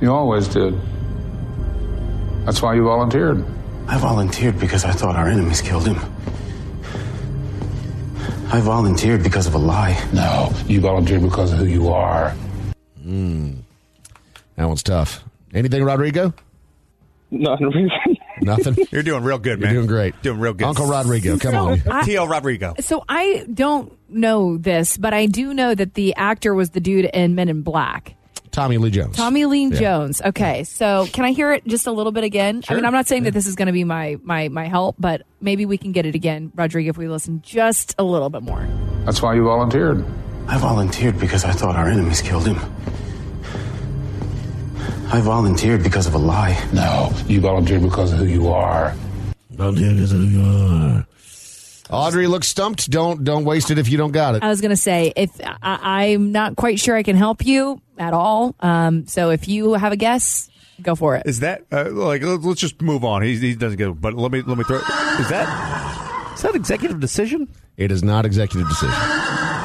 Speaker 9: You always did. That's why you volunteered.
Speaker 4: I volunteered because I thought our enemies killed him. I volunteered because of a lie.
Speaker 9: No, you volunteered because of who you are.
Speaker 5: Mm. That one's tough. Anything, Rodrigo?
Speaker 11: Nothing.
Speaker 5: Nothing.
Speaker 6: You're doing real good, man.
Speaker 5: You're doing great.
Speaker 6: Doing real good.
Speaker 5: Uncle Rodrigo, come
Speaker 7: So, uh,
Speaker 5: on.
Speaker 7: I-
Speaker 6: T.L. Rodrigo.
Speaker 7: So I don't know this, but I do know that the actor was the dude in Men in Black.
Speaker 5: Tommy Lee Jones.
Speaker 7: Tommy Lee
Speaker 5: Yeah.
Speaker 7: Jones. Okay, so can I hear it just a little bit again? I mean, I'm not saying that this is going to be my my my help, but maybe we can get it again, Rodrigo, if we listen just a little bit more.
Speaker 9: That's why you volunteered.
Speaker 4: I volunteered because I thought our enemies killed him. I volunteered because of a lie.
Speaker 9: No, you volunteered because of who you are.
Speaker 5: Volunteered because of who you are. Audrey looks stumped. Don't don't waste it if you don't got it.
Speaker 7: I was going to say if I, I'm not quite sure I can help you at all, um, so if you have a guess, go for it.
Speaker 6: Is that uh, like? let- Let's just move on. He, he doesn't get. But let me let me throw. Is that is that executive decision?
Speaker 5: It is not executive decision.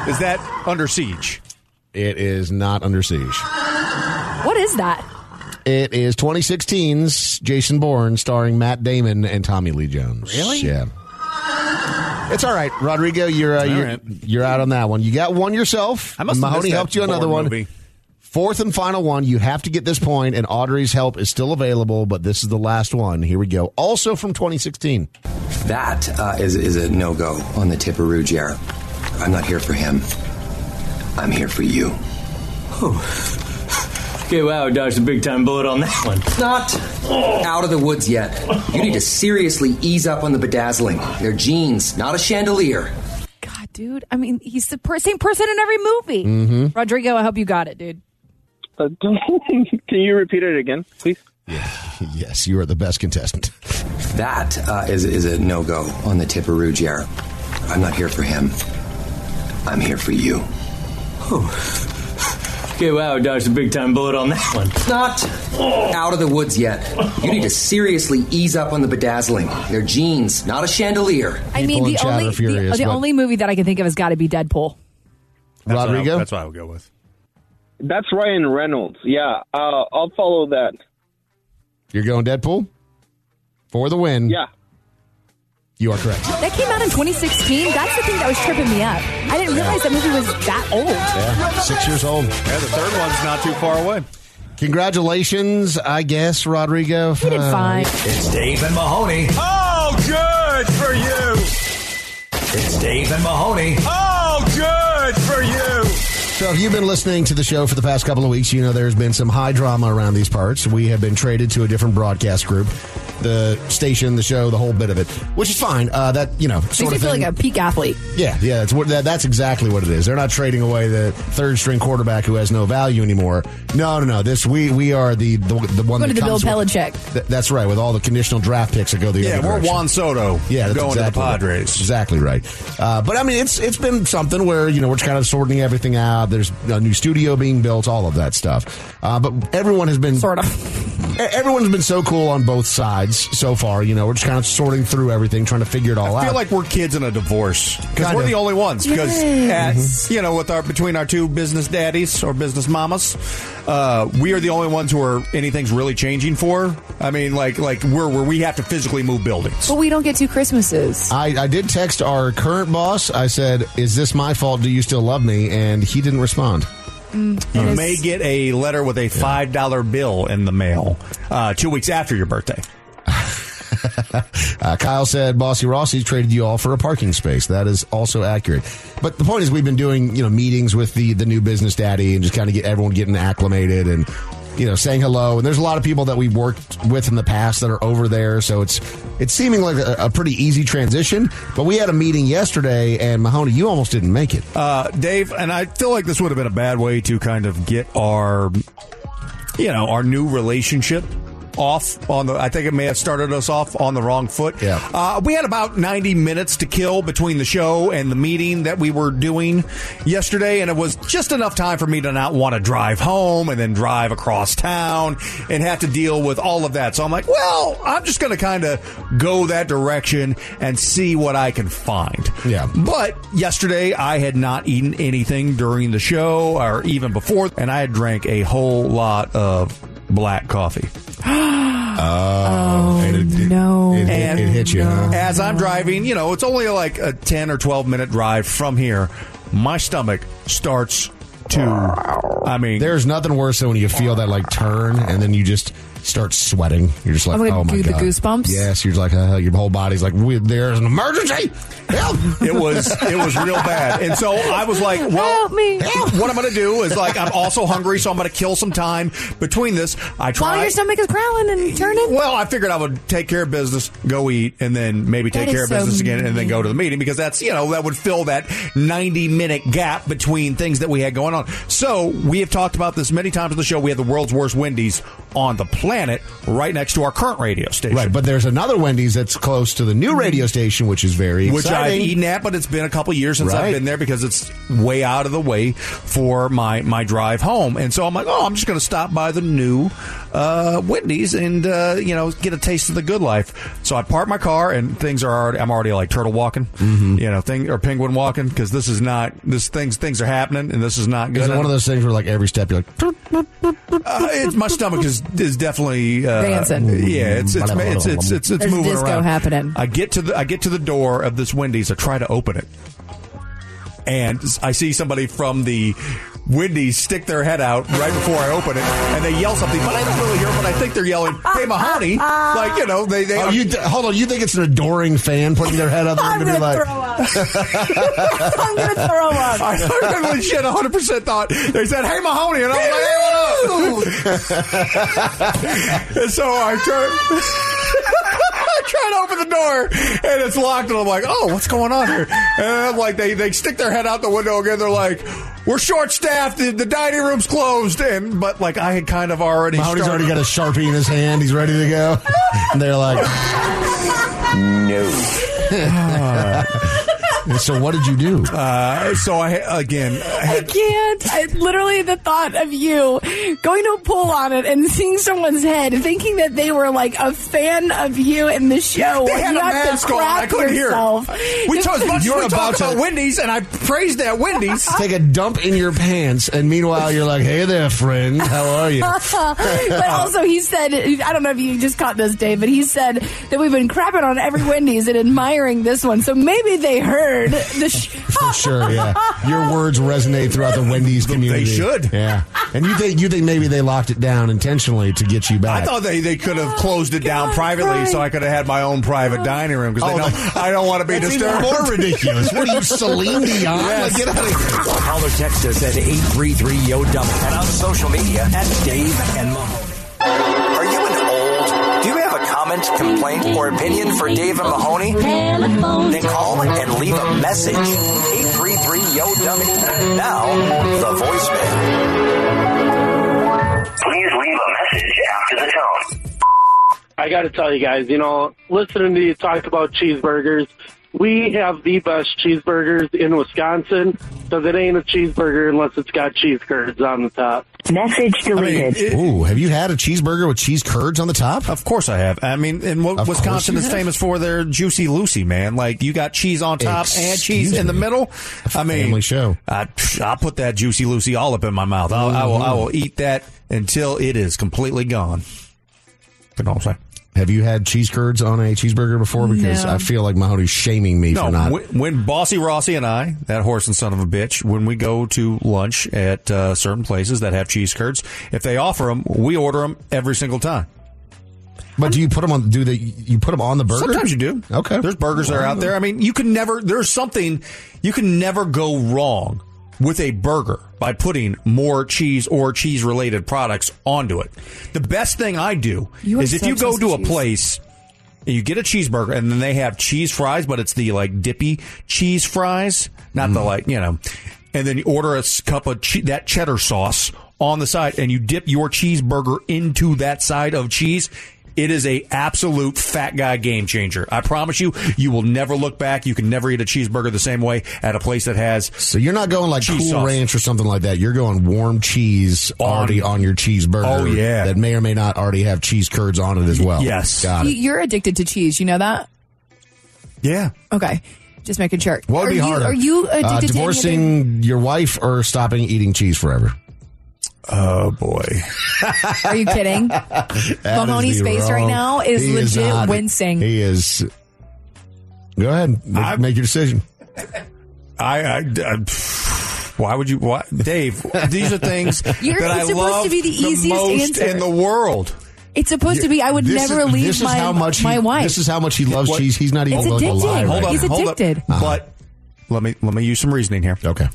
Speaker 6: Is that under siege?
Speaker 5: It is not under siege.
Speaker 7: What is that?
Speaker 5: It is 2016's Jason Bourne, starring Matt Damon and Tommy Lee Jones.
Speaker 6: Really?
Speaker 5: Yeah. It's all right, Rodrigo. You're uh,
Speaker 6: All
Speaker 5: you're,
Speaker 6: right.
Speaker 5: you're out on that one. You got one yourself.
Speaker 6: I must have
Speaker 5: Mahoney
Speaker 6: missed that
Speaker 5: helped you another
Speaker 6: Bourne
Speaker 5: one.
Speaker 6: movie.
Speaker 5: Fourth and final one. You have to get this point, and Audrey's help is still available, but this is the last one. Here we go. Also from 2016.
Speaker 3: That uh, is, is a no go on the tip of Ruggiero. I'm not here for him. I'm here for you.
Speaker 22: Okay, wow, dodged a big time bullet on that one.
Speaker 3: Not out of the woods yet. You need to seriously ease up on the bedazzling. They're jeans, not a chandelier.
Speaker 7: God, dude. I mean, he's the per- same person in every movie.
Speaker 3: Mhm.
Speaker 7: Rodrigo, I hope you got it, dude.
Speaker 11: Uh, can you repeat it again, please?
Speaker 5: yes, you are the best contestant.
Speaker 3: That uh, is, is a no go on the tip of Ruggiero. I'm not here for him. I'm here for you.
Speaker 22: Okay, wow, dodged a big time bullet on that one.
Speaker 3: Not out of the woods yet. You need to seriously ease up on the bedazzling. They're jeans, not a chandelier.
Speaker 7: I mean, the only the, the only movie that I can think of has got to be Deadpool.
Speaker 5: Rodrigo.
Speaker 6: that's what I would go with.
Speaker 11: That's Ryan Reynolds. Yeah, uh, I'll follow that.
Speaker 5: You're going Deadpool for the win.
Speaker 11: Yeah.
Speaker 5: You are correct.
Speaker 7: That came out in 2016. That's the thing that was tripping me up. I didn't realize that movie was that old.
Speaker 5: Yeah, six years old.
Speaker 6: Yeah, the third one's not too far away.
Speaker 5: Congratulations, I guess, Rodrigo. uh, You
Speaker 6: Uh,
Speaker 7: did fine.
Speaker 3: It's Dave and Mahoney.
Speaker 8: Oh, good for you.
Speaker 3: It's Dave and Mahoney.
Speaker 8: Oh, good for you.
Speaker 5: So, if you've been listening to the show for the past couple of weeks, you know there's been some high drama around these parts. We have been traded to a different broadcast group, the station, the show, the whole bit of it, which is fine. Uh, that you know,
Speaker 7: Makes
Speaker 5: sort
Speaker 7: me
Speaker 5: of
Speaker 7: feel
Speaker 5: thing-
Speaker 7: like a peak athlete.
Speaker 5: Yeah, yeah, that's what that, that's exactly what it is. They're not trading away the third string quarterback who has no value anymore. No, no, no. This we we are the the, the
Speaker 7: Going
Speaker 5: one that
Speaker 7: to the Bill
Speaker 5: comes with-
Speaker 7: Belichick.
Speaker 5: Th- that's right. With all the conditional draft picks that go the
Speaker 6: Yeah,
Speaker 5: other
Speaker 6: we're
Speaker 5: direction.
Speaker 6: Juan Soto.
Speaker 5: Yeah, that's
Speaker 6: going to the
Speaker 5: exactly right.
Speaker 6: Padres.
Speaker 5: Exactly right. Uh, but I mean, it's it's been something where you know we're kind of sorting everything out. There's a new studio being built, all of that stuff. Uh, but everyone has been sort
Speaker 7: of.
Speaker 5: Everyone's been so cool on both sides so far. You know, we're just kind of sorting through everything, trying to figure it all
Speaker 6: I
Speaker 5: out.
Speaker 6: feel like we're kids in a divorce because
Speaker 5: Kind
Speaker 6: we're
Speaker 5: of.
Speaker 6: the only ones. Because
Speaker 5: Yes.
Speaker 6: at- you know, with our between our two business daddies or business mamas, uh, we are the only ones who are anything's really changing for. I mean, like like we're where we have to physically move buildings.
Speaker 7: But we don't get two Christmases.
Speaker 5: I, I did text our current boss. I said, "Is this my fault? Do you still love me?" And he didn't respond.
Speaker 6: You may get a letter with a five dollar bill in the mail uh, two weeks after your birthday.
Speaker 5: Uh, Kyle said, "Bossy Rossi traded you all for a parking space." That is also accurate. But the point is, we've been doing you know meetings with the the new business daddy and just kind of get everyone getting acclimated and you know saying hello. And there's a lot of people that we've worked with in the past that are over there, so it's it's seeming like a, a pretty easy transition. But we had a meeting yesterday, and Mahoney, you almost didn't make it.
Speaker 6: uh, Dave, and I feel like this would have been a bad way to kind of get our, you know, our new relationship off on the. I think it may have started us off on the wrong foot. Yeah, uh, we had about ninety minutes to kill between the show and the meeting that we were doing yesterday, and it was just enough time for me to not want to drive home and then drive across town and have to deal with all of that. So I'm like, well, I'm just going to kind of go that direction and see what I can find. Yeah. But yesterday I had not eaten anything during the show or even before, and I had drank a whole lot of black coffee.
Speaker 5: Oh,
Speaker 7: no.
Speaker 5: It, it, it hit you. huh?
Speaker 6: As I'm driving, you know, it's only like a 10 or 12 minute drive from here. My stomach starts to, I mean,
Speaker 5: There's nothing worse than when you feel that like turn and then you just start sweating. You're just like,
Speaker 7: Oh my God,
Speaker 5: oh my
Speaker 7: goo- the
Speaker 5: god,
Speaker 7: goosebumps?
Speaker 5: Yes, you're like, uh, your whole body's like, we, there's an emergency. Help!
Speaker 6: It was it was real bad, and so I was like, Uh, "Well,
Speaker 7: Help me.
Speaker 6: what I'm going to do is like I'm also hungry, so I'm going to kill some time between this." I
Speaker 7: While
Speaker 6: try.
Speaker 7: your stomach is growling and turning.
Speaker 6: Well, I figured I would take care of business, go eat, and then maybe
Speaker 7: That
Speaker 6: take
Speaker 7: is
Speaker 6: care of
Speaker 7: so
Speaker 6: business again, and then go to the meeting because that's you know that would fill that 90 minute gap between things that we had going on. So we have talked about this many times on the show. We have the world's worst Wendy's on the planet, right next to our current radio station.
Speaker 5: Right, but there's another Wendy's that's close to the new radio station, which is very
Speaker 6: which
Speaker 5: exciting.
Speaker 6: I've eaten at, but it's been a couple years since
Speaker 5: Right.
Speaker 6: I've been there because it's way out of the way for my my drive home. And so I'm like, oh, I'm just going to stop by the new uh, Wendy's and uh, you know get a taste of the good life. So I park my car and things are already I'm already like turtle walking,
Speaker 5: Mm-hmm.
Speaker 6: you know, thing or penguin walking because this is not this things things are happening and this is not good.
Speaker 5: Is it one of those things where like every step you're like,
Speaker 6: Uh, it's, my stomach is is definitely uh,
Speaker 7: Dancing.
Speaker 6: Yeah, it's it's it's it's it's, it's
Speaker 7: There's
Speaker 6: moving
Speaker 7: disco
Speaker 6: around.
Speaker 7: happening.
Speaker 6: I get to the I get to the door of this Wendy's. I try to open it, and I see somebody from the Wendy's stick their head out right before I open it, and they yell something. But I don't really hear. it, But I think they're yelling, "Hey, Mahoney!" Like you know, they they
Speaker 5: oh, you th- hold on, you think it's an adoring fan putting their head out there to be like,
Speaker 7: I'm going to throw up.
Speaker 6: I really shit 100% thought they said, hey, Mahoney. And I was like, hey, what up? and so I turn. I try to open the door and it's locked, and I'm like, "Oh, what's going on here?" And I'm like, they they stick their head out the window again. They're like, "We're short staffed. The, the dining room's closed." And but like, I had kind of already.
Speaker 5: Mahoney's
Speaker 6: started-
Speaker 5: already got a sharpie in his hand, he's ready to go, and they're like,
Speaker 6: no.
Speaker 5: so what did you do?
Speaker 6: Uh, so I again I
Speaker 7: I
Speaker 6: had
Speaker 7: can't. I, literally, the thought of you going to a pool on it and seeing someone's head, thinking that they were like a fan of you in the show.
Speaker 6: They had
Speaker 7: you
Speaker 6: a
Speaker 7: have to
Speaker 6: mask on.
Speaker 7: crap
Speaker 6: I couldn't
Speaker 7: yourself.
Speaker 6: hear. We talked as much
Speaker 5: You're
Speaker 6: as we
Speaker 5: about
Speaker 6: talked
Speaker 5: to-
Speaker 6: about Wendy's, and I praised that Wendy's.
Speaker 5: Take a dump in your pants, and meanwhile you're like, "Hey there, friend, how are you?"
Speaker 7: but also, he said, I don't know if you just caught this, Dave, but he said that we've been crapping on every Wendy's and admiring this one. So maybe they heard the show.
Speaker 5: For sure, yeah. Your words resonate throughout the Wendy's community.
Speaker 6: should.
Speaker 5: yeah. And you think you think maybe they locked it down intentionally to get you back?
Speaker 6: I thought they, they could have closed it down privately so I could have had my own private dining room because
Speaker 5: Oh,
Speaker 6: I don't want to be
Speaker 5: that's even
Speaker 6: disturbed.
Speaker 5: more ridiculous. What are you, Celine Dion?
Speaker 6: Yes.
Speaker 5: Like, get out of here.
Speaker 3: Call or text us at 833 Yo Double and on social media at Dave and Mahoney. Are you an old? Do you have a comment, complaint, or opinion for Dave and Mahoney? Then call and leave a message. 833 Yo Dummy. Now, the voicemail.
Speaker 1: Please leave a message after the tone.
Speaker 2: I got to tell you guys, you know, listening to you talk about cheeseburgers, we have the best cheeseburgers in Wisconsin because it ain't a cheeseburger unless it's got cheese curds on the top.
Speaker 5: Message
Speaker 2: deleted.
Speaker 5: Ooh, have you had a cheeseburger with cheese curds on the top?
Speaker 6: Of course I have. I mean, and what
Speaker 5: Of course
Speaker 6: Wisconsin
Speaker 5: you
Speaker 6: is
Speaker 5: have.
Speaker 6: famous for their juicy Lucy, man. Like you got cheese on top and cheese in the middle. I mean, family
Speaker 5: show.
Speaker 6: I, will put that juicy Lucy all up in my mouth. I'll, I will.
Speaker 5: Mm-hmm.
Speaker 6: I will eat that until it is completely gone. That's all I'm saying.
Speaker 5: Have you had cheese curds on a cheeseburger before? Because
Speaker 6: No.
Speaker 5: I feel like Mahoney's shaming me for not.
Speaker 6: when, when Bossy Rossi and I, that horse and son of a bitch, when we go to lunch at uh, certain places that have cheese curds, if they offer them, we order them every single time.
Speaker 5: But do you put them on? Do they? You put them on the burger?
Speaker 6: Sometimes you do.
Speaker 5: Okay.
Speaker 6: There's burgers that are out there. I mean, you can never. There's something you can never go wrong with a burger by putting more cheese or cheese related products onto it. The best thing I do
Speaker 4: You
Speaker 6: is if you go
Speaker 4: obsessed
Speaker 6: to
Speaker 4: with
Speaker 6: a
Speaker 4: cheese.
Speaker 6: place. and You get a cheeseburger and then they have cheese fries, but it's the like dippy cheese fries, not the like, you know. And then you order a s- cup of che- that cheddar sauce on the side and you dip your cheeseburger into that side of cheese. It is a absolute fat guy game changer. I promise you, you will never look back. You can never eat a cheeseburger the same way at a place that has.
Speaker 5: So you're not going like Cool
Speaker 6: cheese sauce.
Speaker 5: Ranch or something like that. You're going warm cheese already on your cheeseburger.
Speaker 6: Oh, yeah.
Speaker 5: that may or may not already have cheese curds on it as well.
Speaker 6: Yes.
Speaker 5: got
Speaker 7: You-
Speaker 5: it.
Speaker 7: You're addicted to cheese. You know that?
Speaker 6: Yeah.
Speaker 7: Okay. Just making sure.
Speaker 5: What would
Speaker 7: are
Speaker 5: be
Speaker 7: you,
Speaker 5: harder?
Speaker 7: Are you addicted
Speaker 5: uh,
Speaker 7: to anything?
Speaker 5: divorcing your wife or stopping eating cheese forever?
Speaker 6: Oh boy,
Speaker 7: Are you kidding? Mahoney's face right now is legit wincing.
Speaker 5: He is. Go ahead, make, make your decision.
Speaker 6: I, I, I- why would you? Why, Dave? These are things
Speaker 7: You're-
Speaker 6: that I
Speaker 7: it's supposed to
Speaker 6: love
Speaker 7: be the easiest
Speaker 6: most
Speaker 7: answer.
Speaker 6: in the world.
Speaker 7: It's supposed to be. I would
Speaker 5: This
Speaker 7: never
Speaker 5: is-
Speaker 7: leave
Speaker 5: this is
Speaker 7: my
Speaker 5: how much he-
Speaker 7: my wife.
Speaker 5: This is how much he loves
Speaker 6: What-
Speaker 5: cheese. He's not even
Speaker 7: It's
Speaker 5: like
Speaker 7: addicting.
Speaker 5: alive.
Speaker 7: Hold
Speaker 5: right
Speaker 7: He's
Speaker 5: now.
Speaker 6: hold up.
Speaker 7: addicted.
Speaker 6: But Uh-huh. let me let me use some reasoning here.
Speaker 5: Okay.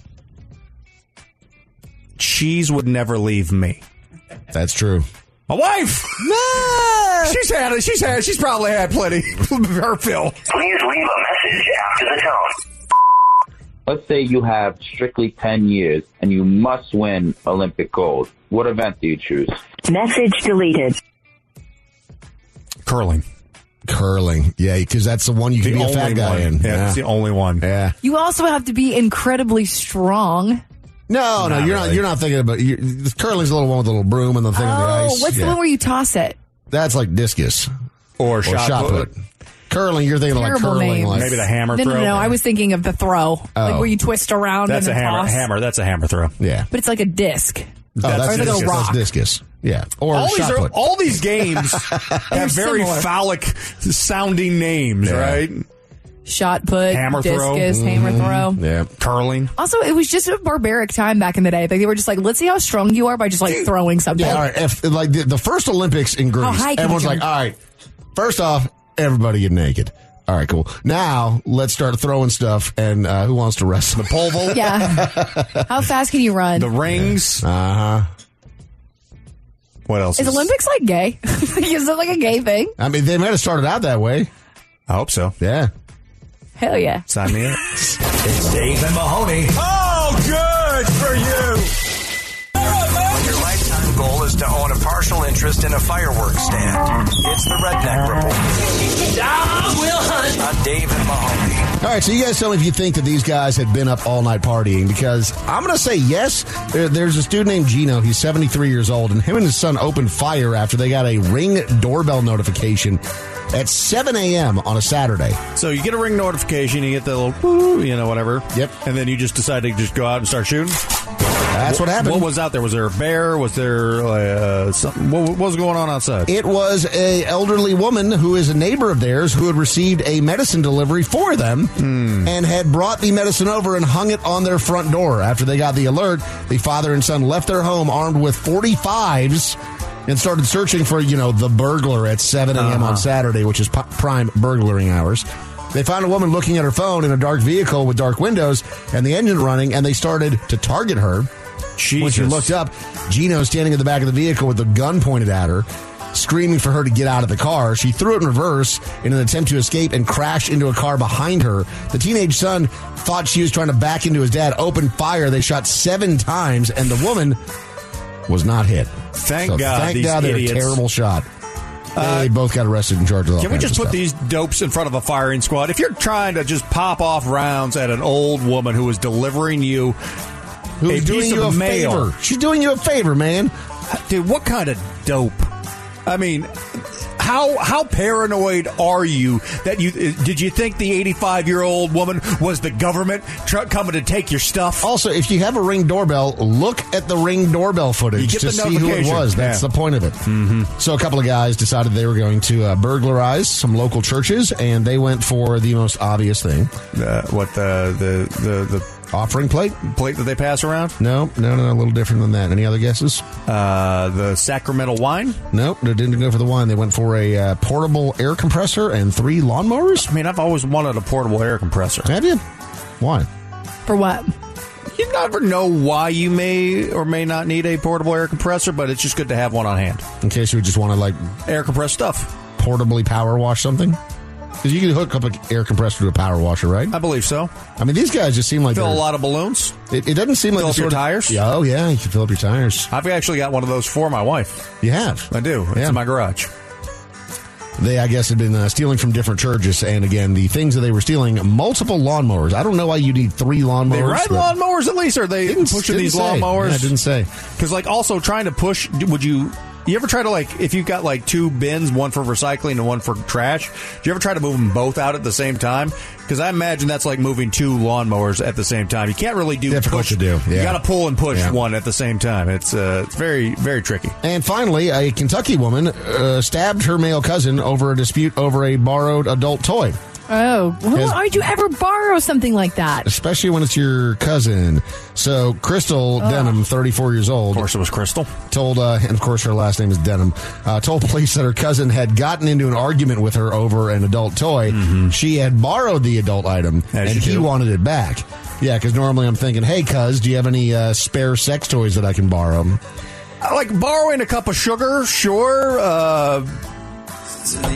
Speaker 6: Cheese would never leave me.
Speaker 5: That's true.
Speaker 6: My wife. She's had it. She's had. She's probably had plenty. Her fill.
Speaker 1: Please leave a message after the tone.
Speaker 23: Let's say you have strictly 10 years and you must win Olympic gold. What event do you choose?
Speaker 24: Message deleted.
Speaker 6: Curling.
Speaker 5: Curling. Yeah, because that's the one you can
Speaker 6: The
Speaker 5: be a fat
Speaker 6: only
Speaker 5: guy
Speaker 6: one.
Speaker 5: in.
Speaker 6: Yeah, it's the only one.
Speaker 5: Yeah.
Speaker 7: you also have to be incredibly strong.
Speaker 5: No, no,
Speaker 6: Not
Speaker 5: you're not.
Speaker 6: really.
Speaker 5: You're not thinking about. You're, the curling's the little one with the little broom and the thing on the
Speaker 7: Oh,
Speaker 5: ice.
Speaker 7: what's the
Speaker 5: Yeah.
Speaker 7: one where you toss it?
Speaker 5: That's like discus
Speaker 6: or,
Speaker 7: shot
Speaker 5: put. Curling, you're thinking like
Speaker 7: Terrible
Speaker 5: curling,
Speaker 7: names.
Speaker 5: like oh,
Speaker 7: No, no, no. I was thinking of the throw, like where you twist around.
Speaker 6: That's a
Speaker 7: and then
Speaker 6: hammer.
Speaker 7: Toss.
Speaker 6: Hammer. That's a hammer throw.
Speaker 5: Yeah.
Speaker 7: But it's like a disc.
Speaker 5: Oh, that's,
Speaker 7: or like
Speaker 5: discus.
Speaker 7: a rock.
Speaker 5: that's discus. Yeah, or
Speaker 6: all
Speaker 5: shot
Speaker 6: these, are,
Speaker 5: put.
Speaker 6: all these games have very
Speaker 7: similar.
Speaker 6: phallic sounding names, right?
Speaker 7: Shot put,
Speaker 6: Hammer throw,
Speaker 7: discus, hammer throw.
Speaker 5: yeah,
Speaker 6: curling.
Speaker 7: Also, it was just a barbaric time back in the day. Like they were just like, let's see how strong you are by just like throwing something.
Speaker 5: Yeah, all right. If, like the, the first Olympics in
Speaker 7: How
Speaker 5: Greece,
Speaker 7: high can
Speaker 5: everyone's
Speaker 7: you
Speaker 5: like,
Speaker 7: jump?
Speaker 5: all right, first off, everybody get naked. All right, cool. Now let's start throwing stuff. And uh, who wants to wrestle? The
Speaker 6: pole vault,
Speaker 7: Yeah. how fast can you run?
Speaker 6: the rings.
Speaker 5: Uh huh.
Speaker 6: What else?
Speaker 7: Is Olympics like gay? is it like a gay thing?
Speaker 5: I mean, they might have started out that way.
Speaker 6: I hope so.
Speaker 5: Yeah.
Speaker 7: Hell yeah.
Speaker 6: Sign me up.
Speaker 3: It's Dave and Mahoney. Oh, good for you. Your lifetime goal is chose to own a partial interest in a fireworks stand. It's the Redneck Report. On Dave and Mahoney.
Speaker 5: All right, so you guys tell me if you think that these guys had been up all night partying because I'm going to say yes. There, there's a student named Gino. He's 73 years old, and him and his son opened fire after they got a ring doorbell notification at 7 a.m. on a Saturday.
Speaker 6: So you get a ring notification, you get the little, woo, you know, whatever. Yep. And then you just decide to just go out and start shooting. That's
Speaker 5: what happened.
Speaker 6: What was out there? Was there a bear? Was there uh, something? What, what was going on outside?
Speaker 5: It was a elderly woman who is a neighbor of theirs who had received a medicine delivery for them and had brought the medicine over and hung it on their front door. After they got the alert, the father and son left their home armed with 45s and started searching for, you know, the burglar at 7 a.m. on Saturday, which is p- prime burglaring hours. They found a woman looking at her phone in a dark vehicle with dark windows and the engine running, and they started to target her. When she
Speaker 6: Jesus.
Speaker 5: looked up, Gino standing at the back of the vehicle with a gun pointed at her, screaming for her to get out of the car. She threw it in reverse in an attempt to escape and crashed into a car behind her. The teenage son thought she was trying to back into his dad, opened fire. They shot seven times, and the woman was not hit.
Speaker 6: Thank
Speaker 5: So
Speaker 6: God
Speaker 5: Thank
Speaker 6: these
Speaker 5: God they're a
Speaker 6: idiots.
Speaker 5: terrible shot.
Speaker 6: Uh,
Speaker 5: they both got arrested and charged with all
Speaker 6: Can we
Speaker 5: kinds
Speaker 6: just
Speaker 5: of
Speaker 6: put
Speaker 5: stuff.
Speaker 6: these dopes in front of a firing squad? If you're trying to just pop off rounds at an old woman who is delivering you
Speaker 5: Who's
Speaker 6: a
Speaker 5: doing
Speaker 6: piece
Speaker 5: you
Speaker 6: of
Speaker 5: a
Speaker 6: mail,
Speaker 5: favor. She's doing you a favor, man.
Speaker 6: Dude, what kind of dope? I mean, how how paranoid are you that you did you think the 85 year old woman was the government tr- coming to take your stuff?
Speaker 5: Also, if you have a ring doorbell, look at the ring doorbell footage
Speaker 6: You get
Speaker 5: to
Speaker 6: the
Speaker 5: see who it
Speaker 6: notification.
Speaker 5: was. That's
Speaker 6: Yeah.
Speaker 5: the point of it. Mm-hmm. So, a couple of guys decided they were going to uh, burglarize some local churches, and they went for the most obvious thing.
Speaker 6: Uh, what the the the, the
Speaker 5: offering plate
Speaker 6: plate that they pass around?
Speaker 5: No, no, no, a little different than that. Any other guesses?
Speaker 6: Uh, the sacramental wine?
Speaker 5: Nope, they didn't go for the wine. They went for a uh, portable air compressor and three lawnmowers.
Speaker 6: I mean, I've always wanted a portable air compressor.
Speaker 5: Have you? Why?
Speaker 7: For what?
Speaker 6: You never know why you may or may not need a portable air compressor, but it's just good to have one on hand.
Speaker 5: In case you would just want to like
Speaker 6: air compress stuff,
Speaker 5: portably power wash something. Because you can hook up an air compressor to a power washer, right? I
Speaker 6: believe so.
Speaker 5: I mean, these guys just seem like
Speaker 6: Fill a
Speaker 5: they're-
Speaker 6: lot of balloons.
Speaker 5: It, it doesn't seem like
Speaker 6: Fill
Speaker 5: the
Speaker 6: up your
Speaker 5: sort of-
Speaker 6: tires?
Speaker 5: Yeah, oh yeah, you can fill up your tires.
Speaker 6: I've actually got one of those for my wife.
Speaker 5: You have.
Speaker 6: I do. It's
Speaker 5: Yeah.
Speaker 6: in my garage.
Speaker 5: They, I guess, had been uh, stealing from different churches, and again, the things that they were stealing, multiple lawnmowers. I don't know why you need three lawnmowers.
Speaker 6: They ride
Speaker 5: but-
Speaker 6: lawnmowers at least, or they pushing
Speaker 5: didn't
Speaker 6: these
Speaker 5: say.
Speaker 6: lawnmowers?
Speaker 5: Yeah, I didn't say.
Speaker 6: Because like also trying to push. Would you? You ever try to like if you've got like two bins, one for recycling and one for trash? Do you ever try to move them both out at the same time? Because I imagine that's like moving two lawnmowers at the same time. You can't really do
Speaker 5: Difficult
Speaker 6: push.
Speaker 5: to do, yeah.
Speaker 6: You got to pull and push
Speaker 5: Yeah.
Speaker 6: one at the same time. It's uh, it's very very tricky.
Speaker 5: And finally, a Kentucky woman uh, stabbed her male cousin over a dispute over a borrowed adult toy.
Speaker 7: Oh, well,
Speaker 5: Yes.
Speaker 7: why would you ever borrow something like that?
Speaker 5: especially when it's your cousin. So Crystal Denham, 34 years old. Of
Speaker 6: course, it was Crystal.
Speaker 5: Told, uh, and of course, her last name is Denham. Uh, told police that her cousin had gotten into an argument with her over an adult toy. She had borrowed the adult item,
Speaker 6: Mm-hmm. As
Speaker 5: and
Speaker 6: you
Speaker 5: he
Speaker 6: do.
Speaker 5: wanted it back. Yeah, because normally I'm thinking, "Hey, cuz, do you have any uh, spare sex toys that I can borrow?"
Speaker 6: like borrowing a cup of sugar, sure. Uh,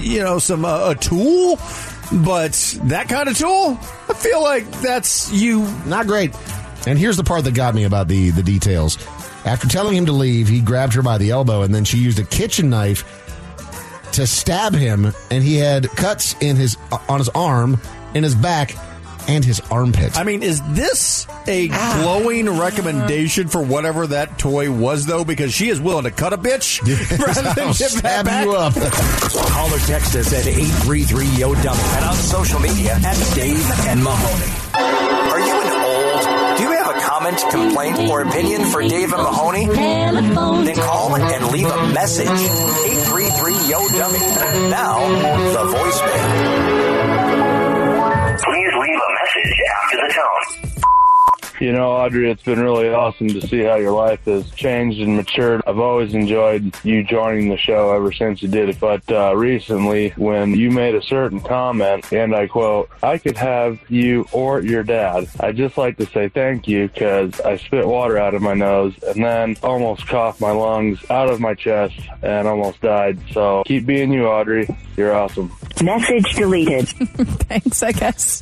Speaker 6: you know, some uh, a tool, but that kind of tool, I feel like that's you.
Speaker 5: Not great. And here's the part that got me about the the details. After telling him to leave, he grabbed her by the elbow, and then she used a kitchen knife to stab him, and he had cuts in his uh, on his arm, in his back, and his armpit.
Speaker 6: I mean, is this a
Speaker 7: Ah,
Speaker 6: glowing recommendation for whatever that toy was, though? Because she is willing to cut a bitch rather than
Speaker 3: I'll
Speaker 6: give that
Speaker 3: stab
Speaker 6: back.
Speaker 3: you
Speaker 5: up.
Speaker 3: Call or text us at 833 yo dumb and on social media at Dave and Mahoney. Are you an old? Do you have a comment, complaint, or opinion for Dave and Mahoney? Then call and leave a message. 833 yo dummy. Now, the voicemail.
Speaker 1: Please leave a message after the tone.
Speaker 4: You know, Audrey, it's been really awesome to see how your life has changed and matured. I've always enjoyed you joining the show ever since you did it. But uh, recently, when you made a certain comment, and I quote, I could have you or your dad, I'd just like to say thank you because I spit water out of my nose and then almost coughed my lungs out of my chest and almost died. So keep being you, Audrey. You're awesome.
Speaker 9: Message deleted.
Speaker 7: Thanks, I guess.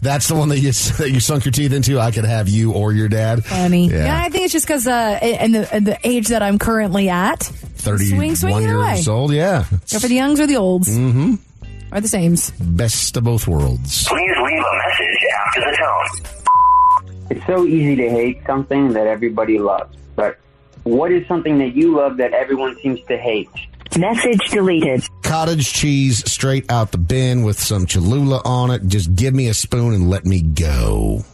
Speaker 5: That's the one that you that you sunk your teeth into. I could have you or your dad.
Speaker 7: Funny. Yeah,
Speaker 5: Yeah,
Speaker 7: I think it's just because uh, and the and the age that I'm currently at.
Speaker 5: thirty-one
Speaker 7: Swing, swing either
Speaker 5: years
Speaker 7: way.
Speaker 5: old. Yeah,
Speaker 7: Go for the youngs or the olds. Mm-hmm. Or the sames.
Speaker 5: best of both worlds.
Speaker 1: Please leave a message after the tone.
Speaker 15: It's so easy to hate something that everybody loves, but what is something that you love that everyone seems to hate?
Speaker 9: Message deleted.
Speaker 5: Cottage cheese straight out the bin with some Cholula on it. Just give me a spoon and let me go.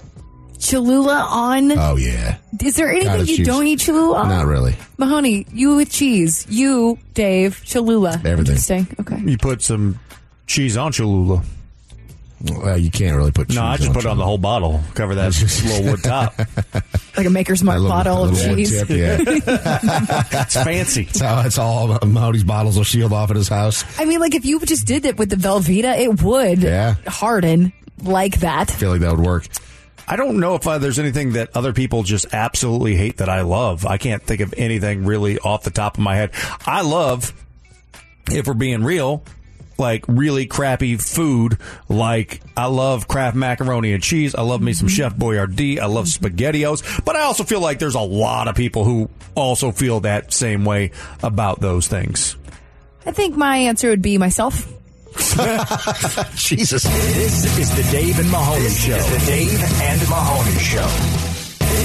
Speaker 7: Cholula on.
Speaker 5: Oh yeah,
Speaker 7: Is there anything
Speaker 5: Cottage
Speaker 7: you
Speaker 5: cheese.
Speaker 7: don't eat Cholula on?
Speaker 5: not really.
Speaker 7: Mahoney, you with cheese. You, Dave, Cholula.
Speaker 5: Everything.
Speaker 7: Interesting. Okay.
Speaker 6: You put some cheese on Cholula.
Speaker 5: Well, you can't really put.
Speaker 6: No, I just put it on the whole bottle. Cover that little wood top.
Speaker 7: Like a Maker's Mark bottle of cheese.
Speaker 5: it's fancy. That's how that's all Mahoney's bottles will shield off at his house.
Speaker 7: I mean, like if you just did it with the Velveeta, it would
Speaker 5: Yeah.
Speaker 7: harden like that.
Speaker 5: feel like that would work.
Speaker 6: I don't know if uh, there's anything that other people just absolutely hate that I love. I can't think of anything really off the top of my head. I love, if we're being real, like really crappy food. Like I love Kraft macaroni and cheese. I love me some Chef Boyardee. I love SpaghettiOs. But I also feel like there's a lot of people who also feel that same way about those things.
Speaker 7: I think my answer would be myself.
Speaker 5: Jesus.
Speaker 3: This is the Dave and Mahoney Show. the Dave and Mahoney Show.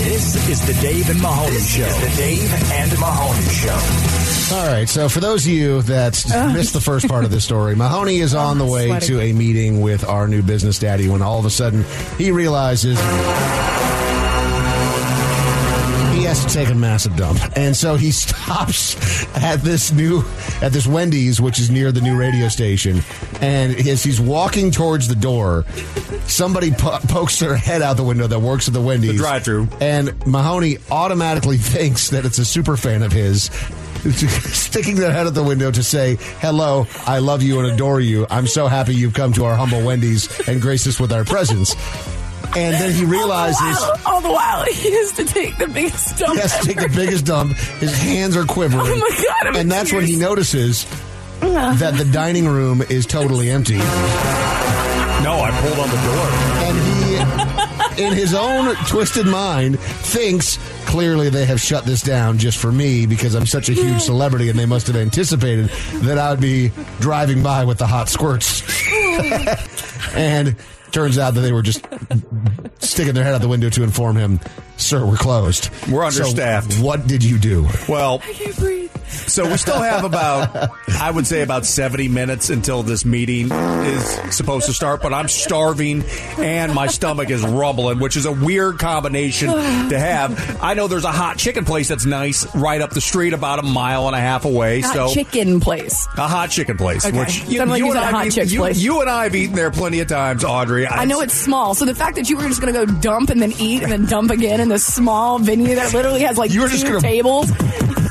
Speaker 3: This is the Dave and Mahoney Show. the Dave and Mahoney Show.
Speaker 5: All right. So for those of you that
Speaker 7: Uh.
Speaker 5: missed the first part of this story, Mahoney
Speaker 7: Oh,
Speaker 5: is on the way
Speaker 3: sweating.
Speaker 5: to a meeting with our new business daddy when all of a sudden he realizes he has to take a massive dump. And so he stops at this new at this Wendy's which is near the new radio station and as he's walking towards the door, somebody po- pokes their head out the window that works at the Wendy's drive-through. And Mahoney automatically thinks that it's a super fan of his sticking their head out the window to say, Hello, I love you and adore you. I'm so happy you've come to our humble Wendy's and graced us with our presence. And then he realizes
Speaker 7: all the while, he has to take the biggest dump.
Speaker 5: He has to take the biggest dump. His hands are quivering.
Speaker 7: Oh my God, I'm in
Speaker 5: and that's when he
Speaker 7: tears.
Speaker 5: notices that the dining room is totally empty.
Speaker 6: No, I pulled on the door.
Speaker 5: And he, in his own twisted mind, thinks clearly they have shut this down just for me because I'm such a huge celebrity and they must have anticipated that I would be driving by with the hot squirts.
Speaker 7: Oh.
Speaker 5: and turns out that they were just sticking their head out the window to inform him, sir, we're closed.
Speaker 6: We're
Speaker 5: So
Speaker 6: understaffed.
Speaker 5: what did you do?
Speaker 6: Well, So we still have about, I would say, about 70 minutes until this meeting is supposed to start, but I'm starving and my stomach is rumbling, which is a weird combination to have. I know there's a hot chicken place that's nice right up the street, about a mile and a half away.
Speaker 7: Hot
Speaker 6: so.
Speaker 7: chicken place.
Speaker 6: A hot chicken place,
Speaker 7: Okay.
Speaker 6: which you,
Speaker 7: Sounded like
Speaker 6: you
Speaker 7: he's at
Speaker 6: and
Speaker 7: a
Speaker 6: I've
Speaker 7: hot
Speaker 6: eaten-
Speaker 7: chick's
Speaker 6: you-
Speaker 7: place.
Speaker 6: you and I have eaten there plenty of times, Audrey.
Speaker 7: I know it's small, so the fact that you were just going to go dump and then eat and then dump again in this small venue that literally has like
Speaker 5: You were
Speaker 7: two
Speaker 5: just gonna-
Speaker 7: tables.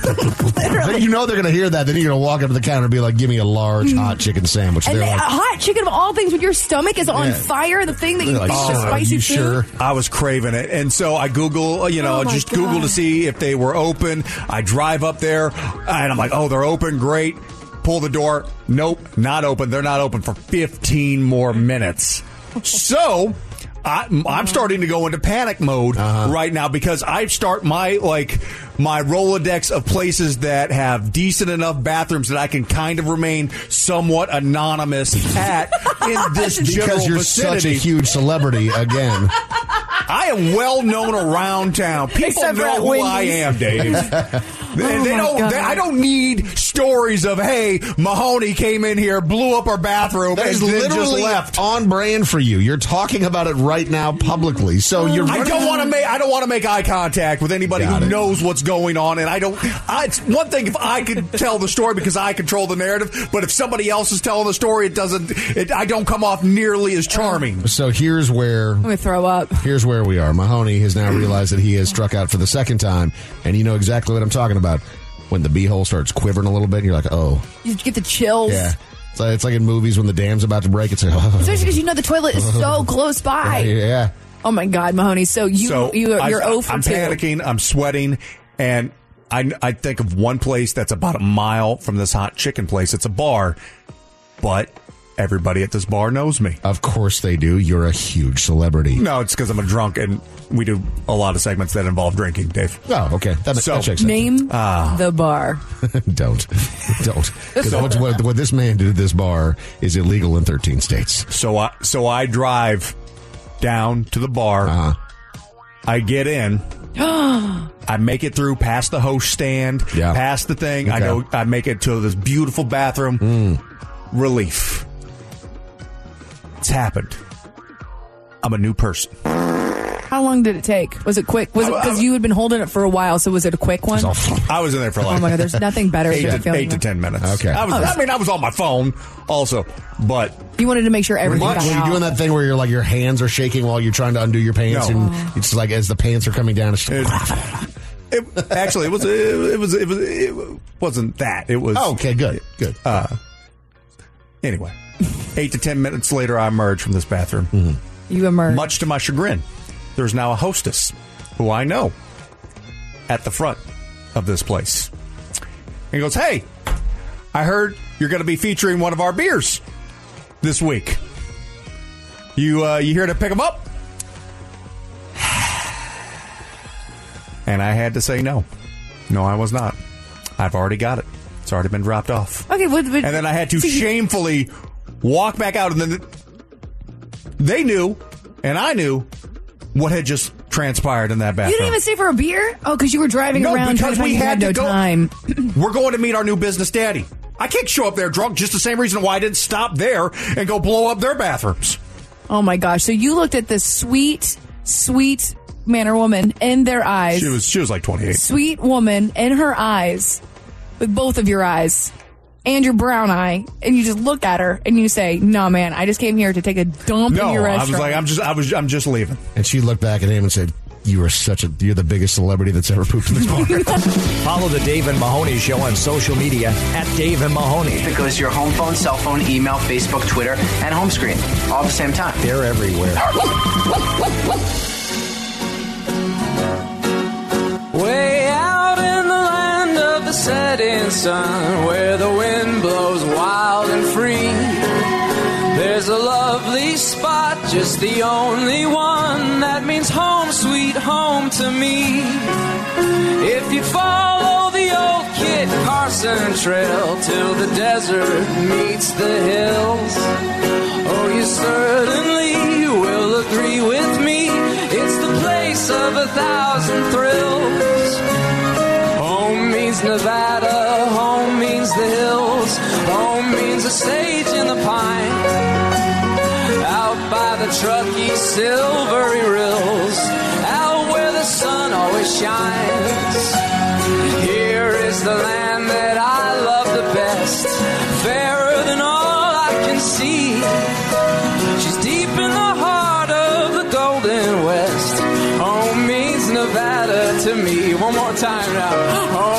Speaker 5: You know they're going to hear that. Then you're going to walk up to the counter and be like, "Give me a large hot chicken sandwich."
Speaker 7: And
Speaker 5: They're
Speaker 7: they, a
Speaker 5: like,
Speaker 7: hot chicken of all things, when your stomach is on
Speaker 5: Yeah.
Speaker 7: fire, the thing that you
Speaker 5: They're like,
Speaker 7: think is
Speaker 5: "Oh, are
Speaker 7: spicy
Speaker 5: you
Speaker 7: food.
Speaker 5: sure?"
Speaker 6: I was craving it, and so I Google, uh, you know,
Speaker 7: Oh my
Speaker 6: just Google to
Speaker 7: God.
Speaker 6: see if they were open. I drive up there, and I'm like, oh, they're open, great. Pull the door, nope, not open. They're not open for 15 more minutes. So. I, I'm starting to go into panic mode
Speaker 5: Uh-huh.
Speaker 6: right now because I start my like my Rolodex of places that have decent enough bathrooms that I can kind of remain somewhat anonymous at in this general
Speaker 5: because you're such a
Speaker 6: vicinity.
Speaker 5: huge celebrity again.
Speaker 6: I am well known around town. People
Speaker 5: Except for
Speaker 6: know
Speaker 5: at
Speaker 6: who I
Speaker 5: Wendy's.
Speaker 6: am, Dave.
Speaker 5: Oh
Speaker 6: And they
Speaker 5: my
Speaker 6: don't,
Speaker 5: God.
Speaker 6: they- I don't need stories of hey Mahoney came in here, blew up our bathroom,
Speaker 5: That
Speaker 6: and
Speaker 5: is
Speaker 6: then just
Speaker 5: literally
Speaker 6: left.
Speaker 5: on brand for you. You're talking about it right now publicly, so you're.
Speaker 6: I don't want to make I don't want to make eye contact with anybody who knows what's going on, and I don't. I, it's one thing if I could tell the story because I control the narrative, but if somebody else is telling the story, it doesn't. It, I don't come off nearly as charming.
Speaker 5: So here's where I'm
Speaker 7: gonna throw up.
Speaker 5: Here's where we are. Mahoney has now realized that he has struck out for the second time, and you know exactly what I'm talking about. When the beehole starts quivering a little bit, and you're like, "Oh,
Speaker 7: You get the chills.
Speaker 5: yeah." It's like, it's like in movies when the dam's about to break. It's like, oh.
Speaker 7: Especially because you know the toilet is so close by.
Speaker 5: yeah.
Speaker 7: Oh my God, Mahoney. So you you
Speaker 6: I-
Speaker 7: you're over
Speaker 6: I'm
Speaker 7: two.
Speaker 6: panicking. I'm sweating, and I I think of one place that's about a mile from this hot chicken place. It's a bar, but everybody at this bar knows me.
Speaker 5: Of course they do. You're a huge celebrity.
Speaker 6: No, it's because I'm a drunk, and we do a lot of segments that involve drinking, Dave.
Speaker 5: Oh, okay. That,
Speaker 6: So-
Speaker 5: that checks out.
Speaker 7: Name
Speaker 5: Ah.
Speaker 7: the bar.
Speaker 5: don't. Don't. Because what, what, what this man did at this bar is illegal in 13 states.
Speaker 6: So I so I drive down to the bar.
Speaker 5: Uh-huh.
Speaker 6: I get in. I make it through past the host stand, past the thing. I
Speaker 5: Okay. Hmm.
Speaker 6: go. I make it to this beautiful bathroom. Relief. It's happened. I'm a new person.
Speaker 7: How long did it take? Was it quick? Was it because you had been holding it for a while? So was it a quick one?
Speaker 6: I was in there for like.
Speaker 7: Oh my God, there's nothing better
Speaker 6: Eight,
Speaker 7: than
Speaker 6: to,
Speaker 7: feeling
Speaker 6: eight to
Speaker 7: that.
Speaker 6: ten minutes.
Speaker 5: Okay.
Speaker 6: I was.
Speaker 7: Oh,
Speaker 6: I mean, I was on my phone also, but
Speaker 7: You wanted to make sure everything
Speaker 5: When
Speaker 7: got
Speaker 5: you're
Speaker 7: out.
Speaker 5: doing that thing where you're like your hands are shaking while you're trying to undo your pants,
Speaker 6: No.
Speaker 5: and it's like as the pants are coming down, it's just,
Speaker 6: it, actually it was it, was it was it wasn't that it was
Speaker 5: Oh, okay, good, good.
Speaker 6: Uh, anyway, eight to ten minutes later, I emerge from this bathroom.
Speaker 7: You emerge,
Speaker 6: much to my chagrin. There's now a hostess who I know at the front of this place, and he goes, "Hey, I heard you're going to be featuring one of our beers this week. You uh, you here to pick them up?" And I had to say no. No, I was not. I've already got it. It's already been dropped off.
Speaker 7: Okay, what, what,
Speaker 6: And then I had to shamefully walk back out, and then they knew, and I knew what had just transpired in that
Speaker 7: You
Speaker 6: bathroom.
Speaker 7: didn't even stay for a beer? Oh, because you were driving
Speaker 6: No,
Speaker 7: around.
Speaker 6: because
Speaker 7: trying to find- you
Speaker 6: we had to
Speaker 7: no
Speaker 6: go-
Speaker 7: time.
Speaker 6: We're going to meet our new business daddy. I can't show up there drunk, just the same reason why I didn't stop there and go blow up their bathrooms.
Speaker 7: Oh my gosh! So you looked at this sweet, sweet man or woman in their eyes.
Speaker 6: She was she was like twenty eight.
Speaker 7: sweet woman in her eyes, with both of your eyes and your brown eye, and you just look at her and you say, "Nah, man, I just came here to take a dump in
Speaker 6: No,
Speaker 7: your
Speaker 6: I was
Speaker 7: restaurant."
Speaker 6: like, I'm just I was I'm just leaving.
Speaker 5: and she looked back at him and said, "You are such a you're the biggest celebrity that's ever pooped in this bar."
Speaker 3: Follow the Dave and Mahoney Show on social media at Dave and Mahoney.
Speaker 10: It goes to your home phone, cell phone, email, Facebook, Twitter, and home screen all at the same time.
Speaker 3: They're everywhere.
Speaker 11: Way out in the land of the setting sun, where the wind blows wild and free. There's a lovely spot, just the only one that means home, sweet home to me. If you follow the old Kit Carson trail till the desert meets the hills, oh, you certainly will agree with me. It's the place of a thousand thrills. Home means Nevada, home means the hills, home means the sage and the pine. Out by the Truckee silvery rills, out where the sun always shines. Here is the land that I love the best, fairer than all I can see. She's deep in the heart of the golden west. Home means Nevada to me. One more time now. Home